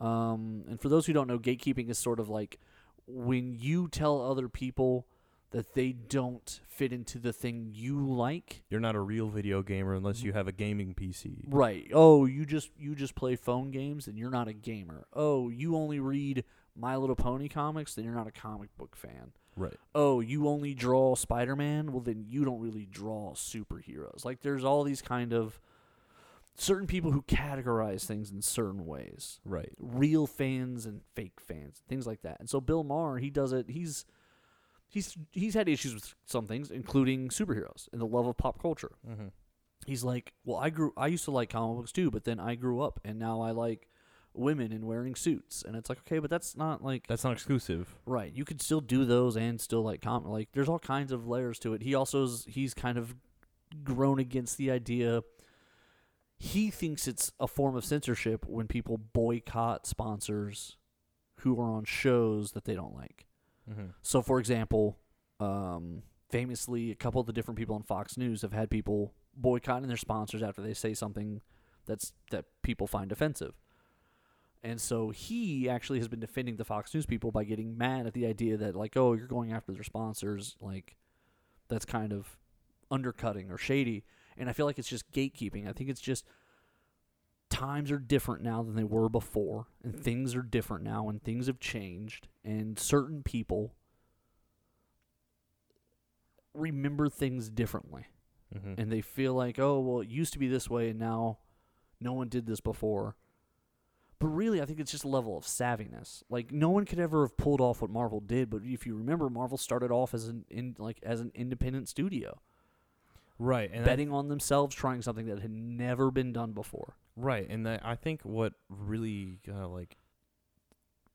Um, and for those who don't know, gatekeeping is sort of like when you tell other people that they don't fit into the thing you like you're not a real video gamer unless you have a gaming PC. Right. Oh, you just you just play phone games and you're not a gamer. Oh, you only read My Little Pony comics, then you're not a comic book fan. Right. Oh, you only draw Spider-Man, well then you don't really draw superheroes. Like there's all these kind of certain people who categorize things in certain ways Right. real fans and fake fans, things like that. And so Bill Maher, he does it. He's he's he's had issues with some things, including superheroes and the love of pop culture. Mhm. He's like, well, I grew, I used to like comic books too, but then I grew up, and now I like women and wearing suits. And it's like, okay, but that's not like That's not exclusive. Right. You could still do those and still like com Like there's all kinds of layers to it. He also is, he's kind of grown against the idea. He thinks it's a form of censorship when people boycott sponsors who are on shows that they don't like. Mm-hmm. So, for example, um, famously, a couple of the different people on Fox News have had people boycotting their sponsors after they say something that's that people find offensive. And so he actually has been defending the Fox News people by getting mad at the idea that like, oh, you're going after their sponsors, like that's kind of undercutting or shady. And I feel like it's just gatekeeping. I think it's just times are different now than they were before, and things are different now, and things have changed, and certain people remember things differently. Mhm. And they feel like, oh, well, it used to be this way, and now no one did this before. But really, I think it's just a level of savviness. Like no one could ever have pulled off what Marvel did. But if you remember, Marvel started off as an in, like as an independent studio, right and I- betting on themselves, trying something that had never been done before. Right, and I I think what really kind of like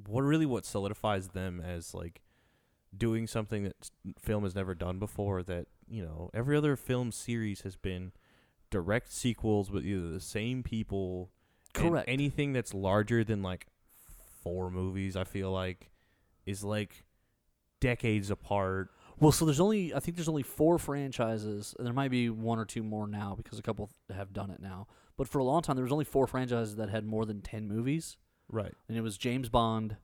what really what solidifies them as like doing something that s- film has never done before that you know every other film series has been direct sequels with either the same people and Correct. anything that's larger than like four movies i feel like is like decades apart Well, so there's only I think there's only four franchises, and there might be one or two more now because a couple have done it now. But for a long time, there was only four franchises that had more than ten movies, right and it was James Bond,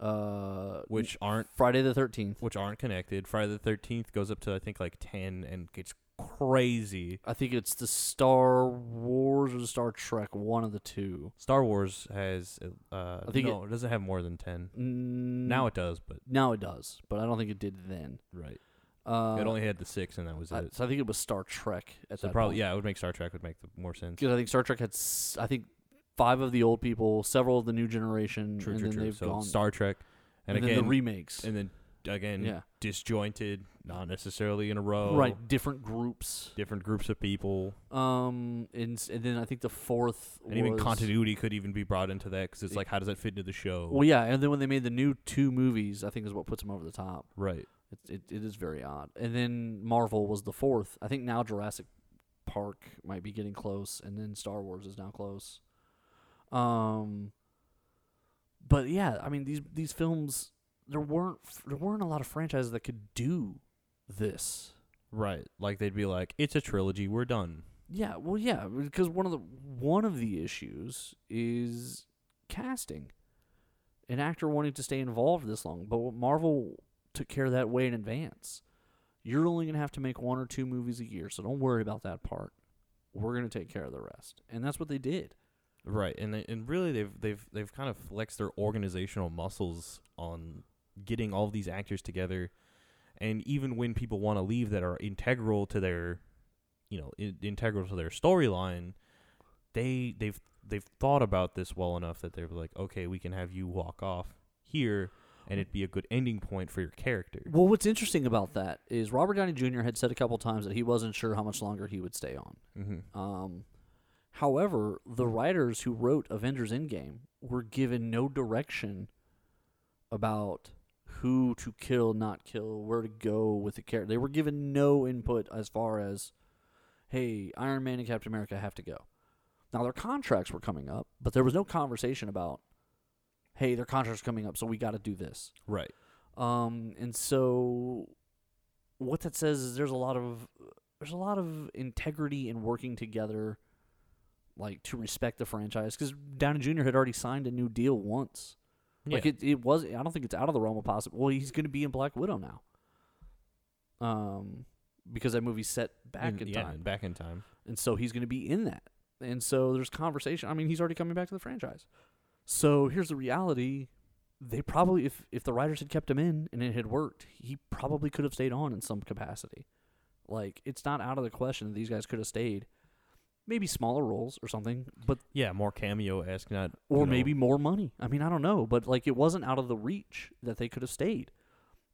uh, which aren't Friday the Thirteenth. which aren't connected friday the 13th goes up to i think like 10 and gets crazy I think it's the Star Wars or the Star Trek, one of the two. Star Wars has uh I think no, it, doesn't have more than 10. Mm, Now it does, but now it does, but I don't think it did then. right. Uh, it only had the 6 and that was I, it. so I think it was Star Trek at So that probably point. yeah, it would make Star Trek would make the more sense. because I think Star Trek had, s- I think, five of the old people, several of the new generation, True, and true, then true. they've So gone Star Trek and, and, again then the remakes, and then oh. again yeah, disjointed, not necessarily in a row. right, different groups. Different groups of people. Um, and s- and then I think the fourth And even was- continuity could even be brought into that cuz it's It- like how does that fit into the show? Well, yeah, and then when they made the new two movies, I think is what puts them over the top. right. It, it, it is very odd. And then Marvel was the fourth. I think now Jurassic Park might be getting close, and then Star Wars is now close. Um, but yeah, I mean these these films there weren't there weren't a lot of franchises that could do this. Right. Like they'd be like it's a trilogy, we're done. Yeah, well, yeah, because one of the one of the issues is casting, an actor wanting to stay involved this long. But what Marvel took care of that way in advance. You're only gonna have to make one or two movies a year, so don't worry about that part. We're gonna take care of the rest, and that's what they did. Right, and they, and really they've they've they've kind of flexed their organizational muscles on getting all these actors together, and even when people want to leave that are integral to their, you know, in, integral to their storyline, they they've they've thought about this well enough that they're like, okay, we can have you walk off here, and it'd be a good ending point for your character. Well, what's interesting about that is Robert Downey Jr. had said a couple times that he wasn't sure how much longer he would stay on. Mm-hmm. Um, however, the writers who wrote Avengers Endgame were given no direction about who to kill, not kill, where to go with the character. They were given no input as far as, hey, Iron Man and Captain America have to go. Now, their contracts were coming up, but there was no conversation about, hey, their contracts are coming up, so we got to do this. Right. Um, and so what that says is there's a lot of there's a lot of integrity in working together, like to respect the franchise. Because Downey Jr. had already signed a new deal once. Like Yeah. it, it was. I don't think it's out of the realm of possible. Well, he's going to be in Black Widow now. Um, because that movie's set back in, Mm, yeah, time, Back in time. and so he's going to be in that. And so there's conversation. I mean, he's already coming back to the franchise. So here's the reality: they probably, if if the writers had kept him in and it had worked, he probably could have stayed on in some capacity. Like it's not out of the question that these guys could have stayed. Maybe smaller roles or something, but Yeah, more cameo esque, not or you know, maybe more money. I mean, I don't know, but like it wasn't out of the reach that they could have stayed.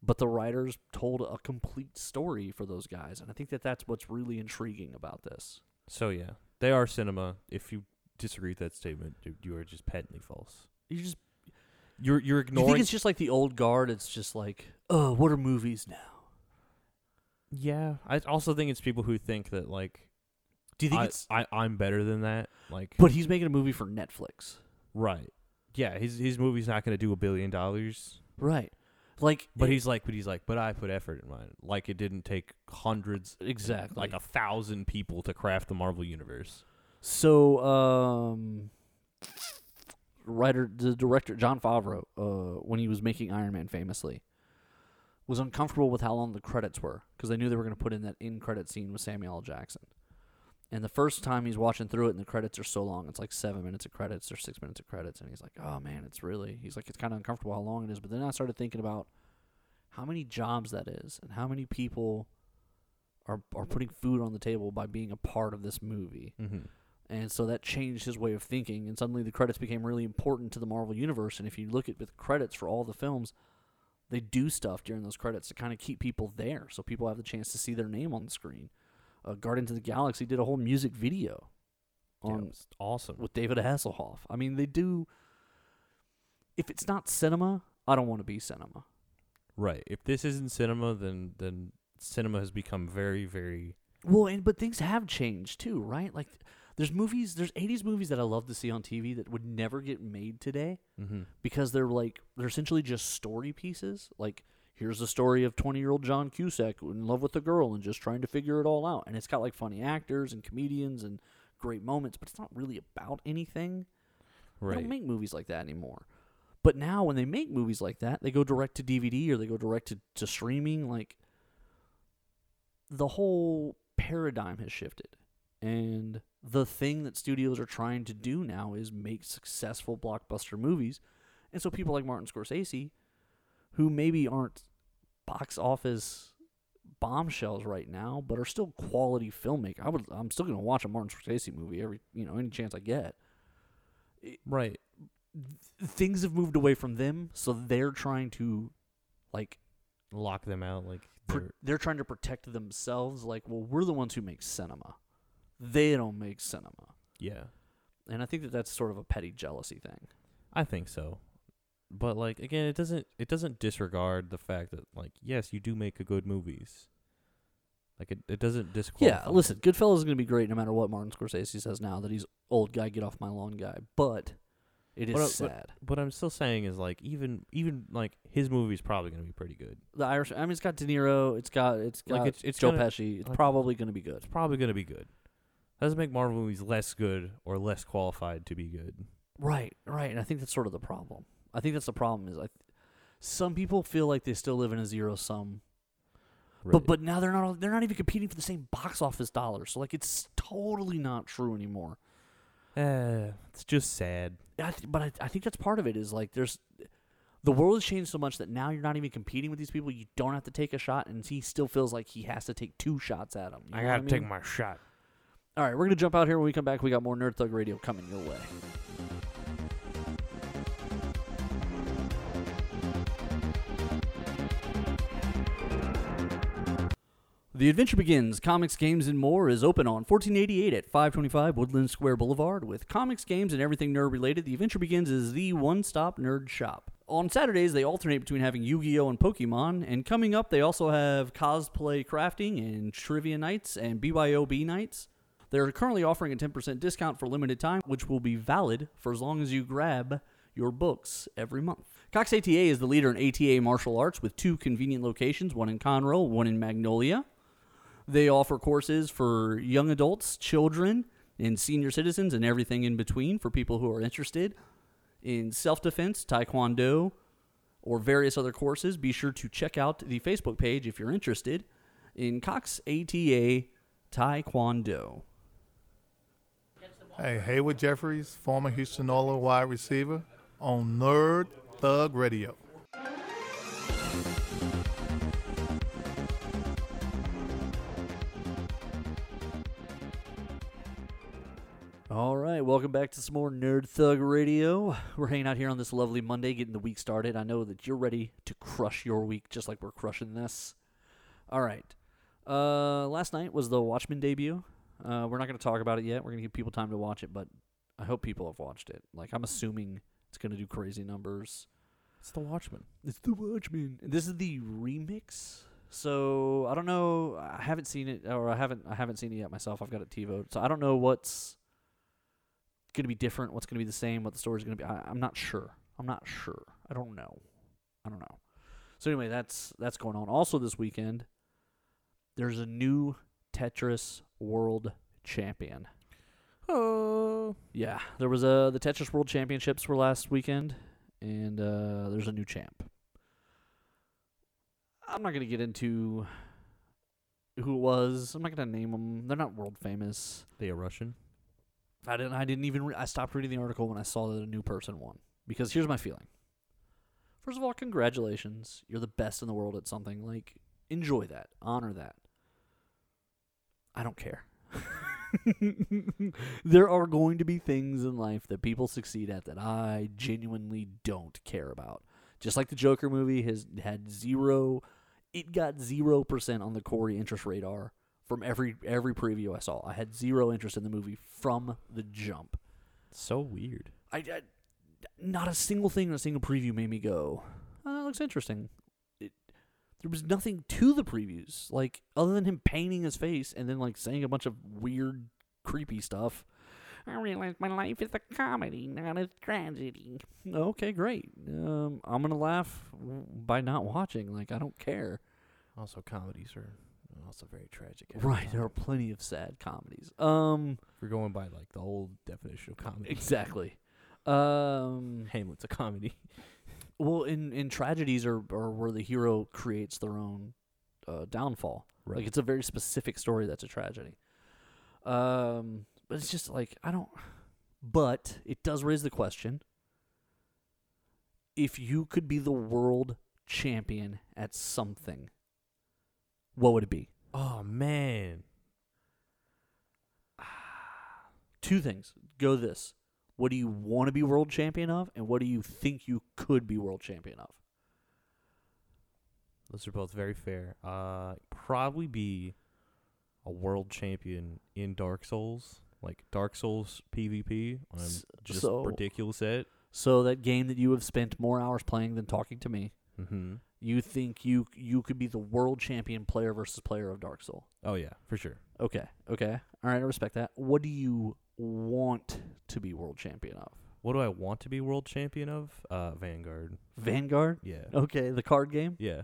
But the writers told a complete story for those guys, and I think that that's what's really intriguing about this. So yeah, they are cinema. If you disagree with that statement, you, you are just patently false. You just You're you're you ignoring. think it's just like the old guard. It's just like, oh, what are movies now? yeah, I also think it's people who think that like Do you think I, it's? I I'm better than that. Like But he's making a movie for Netflix, right, yeah. His his movie's not going to do a billion dollars. right? Like, But it- he's like, but he's like, but I put effort in mine. Like it didn't take hundreds, exactly like a thousand people to craft the Marvel universe. So, um, writer, the director John Favreau, uh, when he was making Iron Man, famously, was uncomfortable with how long the credits were because they knew they were going to put in that in credit scene with Samuel L. Jackson. And the first time he's watching through it, and the credits are so long, it's like seven minutes of credits or six minutes of credits, and he's like, "Oh man, it's really." He's like, "It's kind of uncomfortable how long it is." But then I started thinking about how many jobs that is, and how many people are are putting food on the table by being a part of this movie. Mm-hmm. And so that changed his way of thinking. And suddenly the credits became really important to the Marvel Universe. And if you look at the credits for all the films, they do stuff during those credits to kind of keep people there so people have the chance to see their name on the screen. Uh, Guardians of the Galaxy did a whole music video on awesome. Um, with David Hasselhoff. I mean, they do. If it's not cinema, I don't want to be cinema. Right. If this isn't cinema, then then cinema has become very, very. Well, and but things have changed too, right? Like there's movies, there's 80s movies that I love to see on TV that would never get made today. Mm-hmm. because they're like they're essentially just story pieces. Like here's the story of 20 year old John Cusack who in love with a girl and just trying to figure it all out, and it's got like funny actors and comedians and great moments, but it's not really about anything. They Right. don't make movies like that anymore. But now when they make movies like that, they go direct to DVD or they go direct to, to streaming. Like the whole paradigm has shifted. And the thing that studios are trying to do now is make successful blockbuster movies. And so people like Martin Scorsese, who maybe aren't box office bombshells right now, but are still quality filmmaker. I would I'm still gonna watch a Martin Scorsese movie every you know, any chance I get right. things have moved away from them, so they're trying to like Lock them out. Like pr- they're- they're trying to protect themselves like, well, we're the ones who make cinema. They don't make cinema. yeah. And I think that that's sort of a petty jealousy thing. I think so. But like again, it doesn't it doesn't disregard the fact that like yes, you do make a good movies. Like it, it doesn't disqualify. Yeah, listen, Goodfellas is going to be great no matter what Martin Scorsese says now that he's old guy get off my lawn guy, but it is But, uh, but- sad. What I'm still saying is like even even like his movie's probably gonna be pretty good. the Irish I mean it's got De Niro, it's got it's got Like, it's- it's Joe gonna- Pesci. It's like- probably going to be good. It's probably gonna be good. Doesn't make Marvel movies less good or less qualified to be good. Right, right, and I think that's sort of the problem. I think that's the problem is I. Some people feel like they still live in a zero sum, but Right. but now they're not they're not even competing for the same box office dollars. So like it's totally not true anymore. Eh, it's just sad. I th- but I, I think that's part of it is like there's the world has changed so much that now you're not even competing with these people. You don't have to take a shot, and he still feels like he has to take two shots at him. I gotta mean? take my shot. All right, we're gonna jump out here. When we come back, we got more Nerd Thug Radio coming your way. The Adventure Begins Comics, Games, and More is open on 1488 at 525 Woodland Square Boulevard. With comics, games, and everything nerd related, The Adventure Begins is the one stop nerd shop. On Saturdays, they alternate between having Yu Gi Oh! and Pokemon, and coming up, they also have cosplay crafting and trivia nights and BYOB nights. They're currently offering a 10% discount for limited time, which will be valid for as long as you grab your books every month. Cox ATA is the leader in ATA martial arts with two convenient locations one in Conroe, one in Magnolia. They offer courses for young adults, children, and senior citizens, and everything in between for people who are interested in self defense, taekwondo, or various other courses. Be sure to check out the Facebook page if you're interested in Cox ATA Taekwondo. Hey, Hayward Jeffries, former Houston Oilers wide receiver, on Nerd Thug Radio. All right, welcome back to some more Nerd Thug Radio. We're hanging out here on this lovely Monday, getting the week started. I know that you're ready to crush your week just like we're crushing this. All right. Uh, last night was the Watchmen debut. Uh, we're not going to talk about it yet. We're going to give people time to watch it, but I hope people have watched it. Like, I'm assuming it's going to do crazy numbers. It's the Watchmen. It's the Watchmen. This is the remix. So I don't know. I haven't seen it, or I haven't. I haven't seen it yet myself. I've got it TiVo, so I don't know what's going to be different. What's going to be the same? What the story's going to be? I, I'm not sure. I'm not sure. I don't know. I don't know. So anyway, that's that's going on. Also this weekend, there's a new Tetris World Champion. Oh, Yeah, there was a the Tetris World Championships were last weekend, and uh, there's a new champ. I'm not gonna get into who it was. I'm not gonna name them. They're not world famous. they a Russian. I didn't. I didn't even. Re- I stopped reading the article when I saw that a new person won. Because here's my feeling. First of all, congratulations. You're the best in the world at something. Like, enjoy that. Honor that. I don't care. there are going to be things in life that people succeed at that I genuinely don't care about. Just like the Joker movie has had zero, it got zero percent on the Corey interest radar from every every preview I saw. I had zero interest in the movie from the jump. So weird. I, I not a single thing in a single preview made me go, oh, that looks interesting. It, there was nothing to the previews, like other than him painting his face and then like saying a bunch of weird, creepy stuff. I realize my life is a comedy, not a tragedy. Okay, great. Um, I'm gonna laugh by not watching. Like I don't care. Also, comedies are also very tragic. at Right? times. There are plenty of sad comedies. Um, If we're going by like the old definition of comedy. exactly. Um, Hamlet's a comedy. Well, in in tragedies are are where the hero creates their own uh, downfall. Like it's a very specific story that's a tragedy. Um, but it's just like I don't. But it does raise the question: if you could be the world champion at something, what would it be? oh man. Two things. Go this. What do you want to be world champion of, and what do you think you could be world champion of? Those are both very fair. Uh, probably be a world champion in Dark Souls, like Dark Souls PvP. I'm S- just so- ridiculous at. So that game that you have spent more hours playing than talking to me. Mm-hmm. You think you you could be the world champion player versus player of Dark Soul? Oh yeah, for sure. Okay, okay, all right, I respect that. What do you want to be world champion of? What do I want to be world champion of? Uh, Vanguard. Vanguard. Yeah. Okay, the card game. Yeah.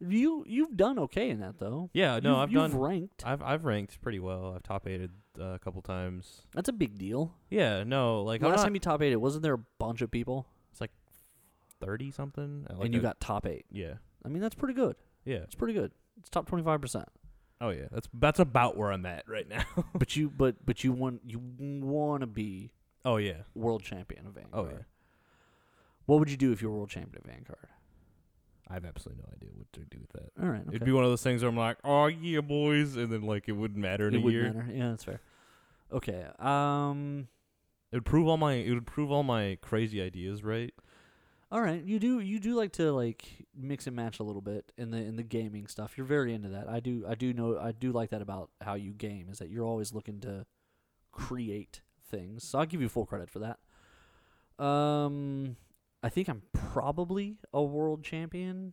You you've done okay in that though. Yeah. Uh, No, You've- I've you've done. ranked. I've I've ranked pretty well. I've top aided uh, a couple times. That's a big deal. Yeah. No, like I'm Last not- time you top eight, it wasn't there a bunch of people it's like thirty something. I like and you a- got top eight. yeah. I mean, that's pretty good. Yeah. It's pretty good. It's top twenty five percent. Oh yeah. That's that's about where I'm at right now. But you but but you want you want to be oh yeah. world champion of Vanguard. Oh yeah. What would you do if you were world champion of Vanguard? I have absolutely no idea what to do with that. All right, okay. It'd be one of those things where I'm like, "Oh yeah, boys," and then like it wouldn't matter in it a wouldn't year. matter. Yeah, that's fair. Okay. Um. It would prove all my it would prove all my crazy ideas, right? All right. You do you do like to like mix and match a little bit in the in the gaming stuff. You're very into that. I do I do know I do like that about how you game is that you're always looking to create things. So I'll give you full credit for that. Um. I think I'm probably a world champion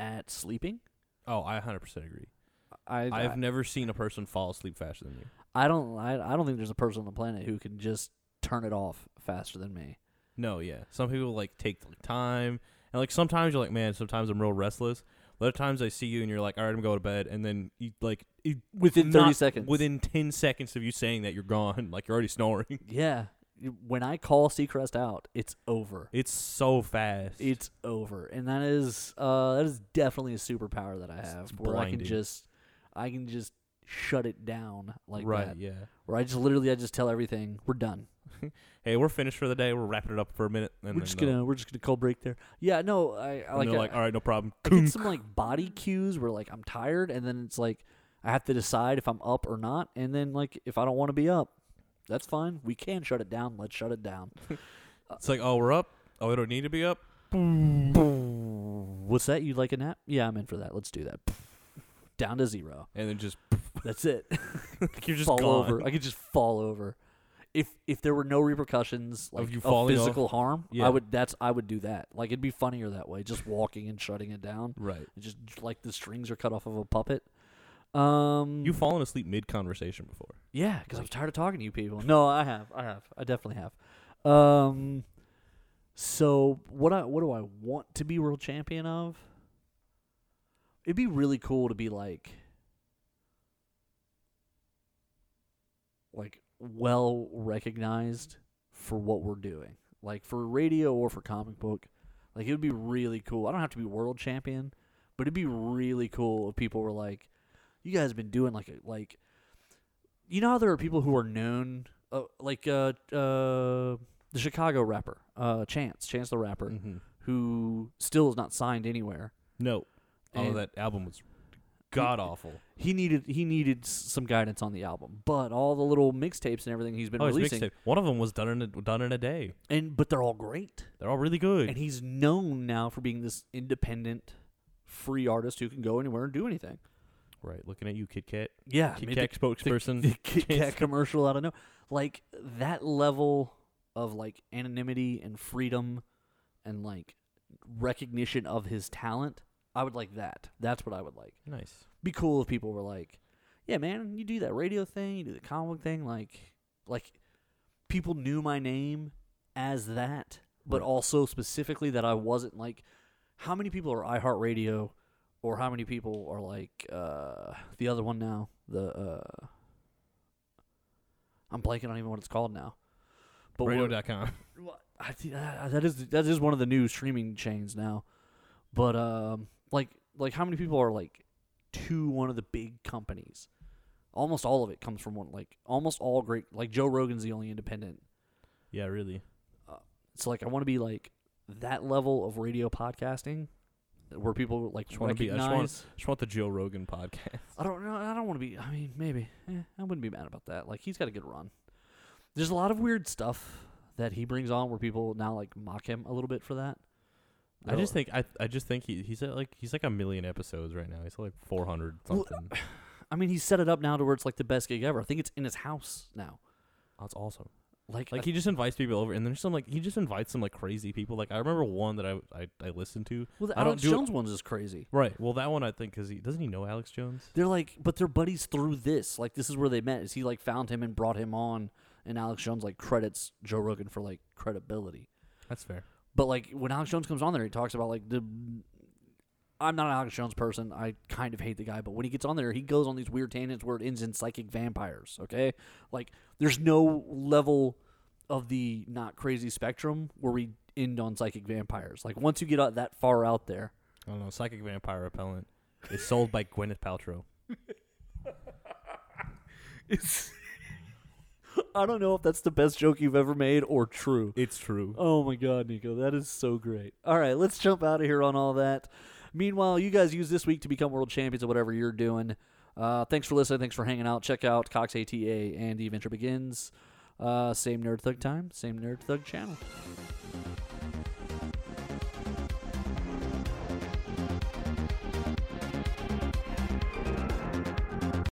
at sleeping. Oh, I 100% agree. I I've never seen a person fall asleep faster than you. I don't I, I don't think there's a person on the planet who can just turn it off faster than me. No, yeah. Some people like take the time, and like sometimes you're like, man, sometimes I'm real restless. Other times I see you and you're like, all right, I'm going to bed, and then you like you, Within 30 not- seconds. within 10 seconds of you saying that you're gone, like you're already snoring. Yeah. When I call Seacrest out, it's over. It's so fast. It's over. And that is uh that is definitely a superpower that I have where I can blinding. just I can just shut it down like right, that. yeah. Where I just literally I just tell everything, we're done. Hey, we're finished for the day. We're wrapping it up for a minute, we're and then just they'll- gonna we're just gonna cold break there. Yeah, no, I, I and like, they're I- like, all right, no problem. I get some like body cues where like I'm tired, and then it's like I have to decide if I'm up or not, and then like if I don't want to be up, that's fine. We can shut it down. Let's shut it down. It's like, oh, we're up. Oh, we don't need to be up. What's that? You like a nap? Yeah, I'm in for that. Let's do that. Down to zero. And then just That's it. you're just fall gone. over. I could just fall over. If if there were no repercussions like you of falling off? physical harm, Yeah. I would. That's I would do that. Like it'd be funnier that way. Just walking and shutting it down. Right. Just like the strings are cut off of a puppet. Um, You've fallen asleep mid conversation before. Yeah, because I'm tired of talking to you people. No, I have, I have, I definitely have. Um, So what I what do I want to be world champion of? It'd be really cool to be like like well recognized for what we're doing. Like for radio or for comic book. Like it would be really cool. I don't have to be world champion, but it'd be really cool if people were like you guys been doing like a like you know how there are people who are known uh, like uh uh the Chicago rapper, uh, Chance, Chance the rapper, Mhm. who still is not signed anywhere. No. Oh, And- that album was god awful. He needed he needed s- some guidance on the album, but all the little mixtapes and everything he's been Oh, his releasing, mixtape. One of them was done in a, done in a day. and but they're all great. They're all really good. And he's known now for being this independent, free artist who can go anywhere and do anything. right. Looking at you, Kit Kat. Yeah, Kit made Kat Ah, the- spokesperson. the Kit Chance Kat commercial out of no, like that level of like anonymity and freedom, and like recognition of his talent. I would like that. That's what I would like. Nice. be cool if people were like, "Yeah, man, you do that radio thing, you do the comic book thing." Like, like people knew my name as that, but Right. also specifically that I wasn't like, how many people are iHeartRadio, or how many people are like uh, the other one now? The uh, I'm blanking on even what it's called now. But we're- Radio.com. well, I think uh, that is that is one of the new streaming chains now. But um, like like how many people are like to one of the big companies? Almost all of it comes from one. Like almost all great. Like Joe Rogan's the only independent. Yeah, really. So like I want to be like that level of radio podcasting where people like Just wanna be- I recognize. just wanna- Just want the Joe Rogan podcast. I don't know. I don't want to be. I mean, maybe. Eh, I wouldn't be mad about that. Like, he's got a good run. There's a lot of weird stuff that he brings on where people now like mock him a little bit for that. I just think I I just think he he's at like he's like a million episodes right now. He's at like four hundred Well, uh, something. I mean, he's set it up now to where it's like the best gig ever. I think it's in his house now. That's awesome. Like, Like I- he just invites people over, and there's some like he just invites some like crazy people. Like I remember one that I I, I listened to. well, the I don't Alex do it- Jones ones is crazy. Right. Well, that one I think because he doesn't he know Alex Jones. They're like, but they're buddies through this. Like, this is where they met. Is he like found him and brought him on? And Alex Jones like credits Joe Rogan for like credibility. That's fair. But like when Alex Jones comes on there, he talks about like the. I'm not an Alex Jones person. I kind of hate the guy, but when he gets on there, he goes on these weird tangents where it ends in psychic vampires. Okay, like there's no level of the not crazy spectrum where we end on psychic vampires. Like once you get out that far out there, I don't know. Psychic vampire repellent. It's sold by Gwyneth Paltrow. it's. I don't know if that's the best joke you've ever made or true. It's true. Oh my God, Nico, that is so great. All right, let's jump out of here on all that. Meanwhile, you guys use this week to become world champions of whatever you're doing. Uh, thanks for listening. Thanks for hanging out. Check out Cox ATA and The Adventure Begins. Uh, same Nerd Thug time, same Nerd Thug channel.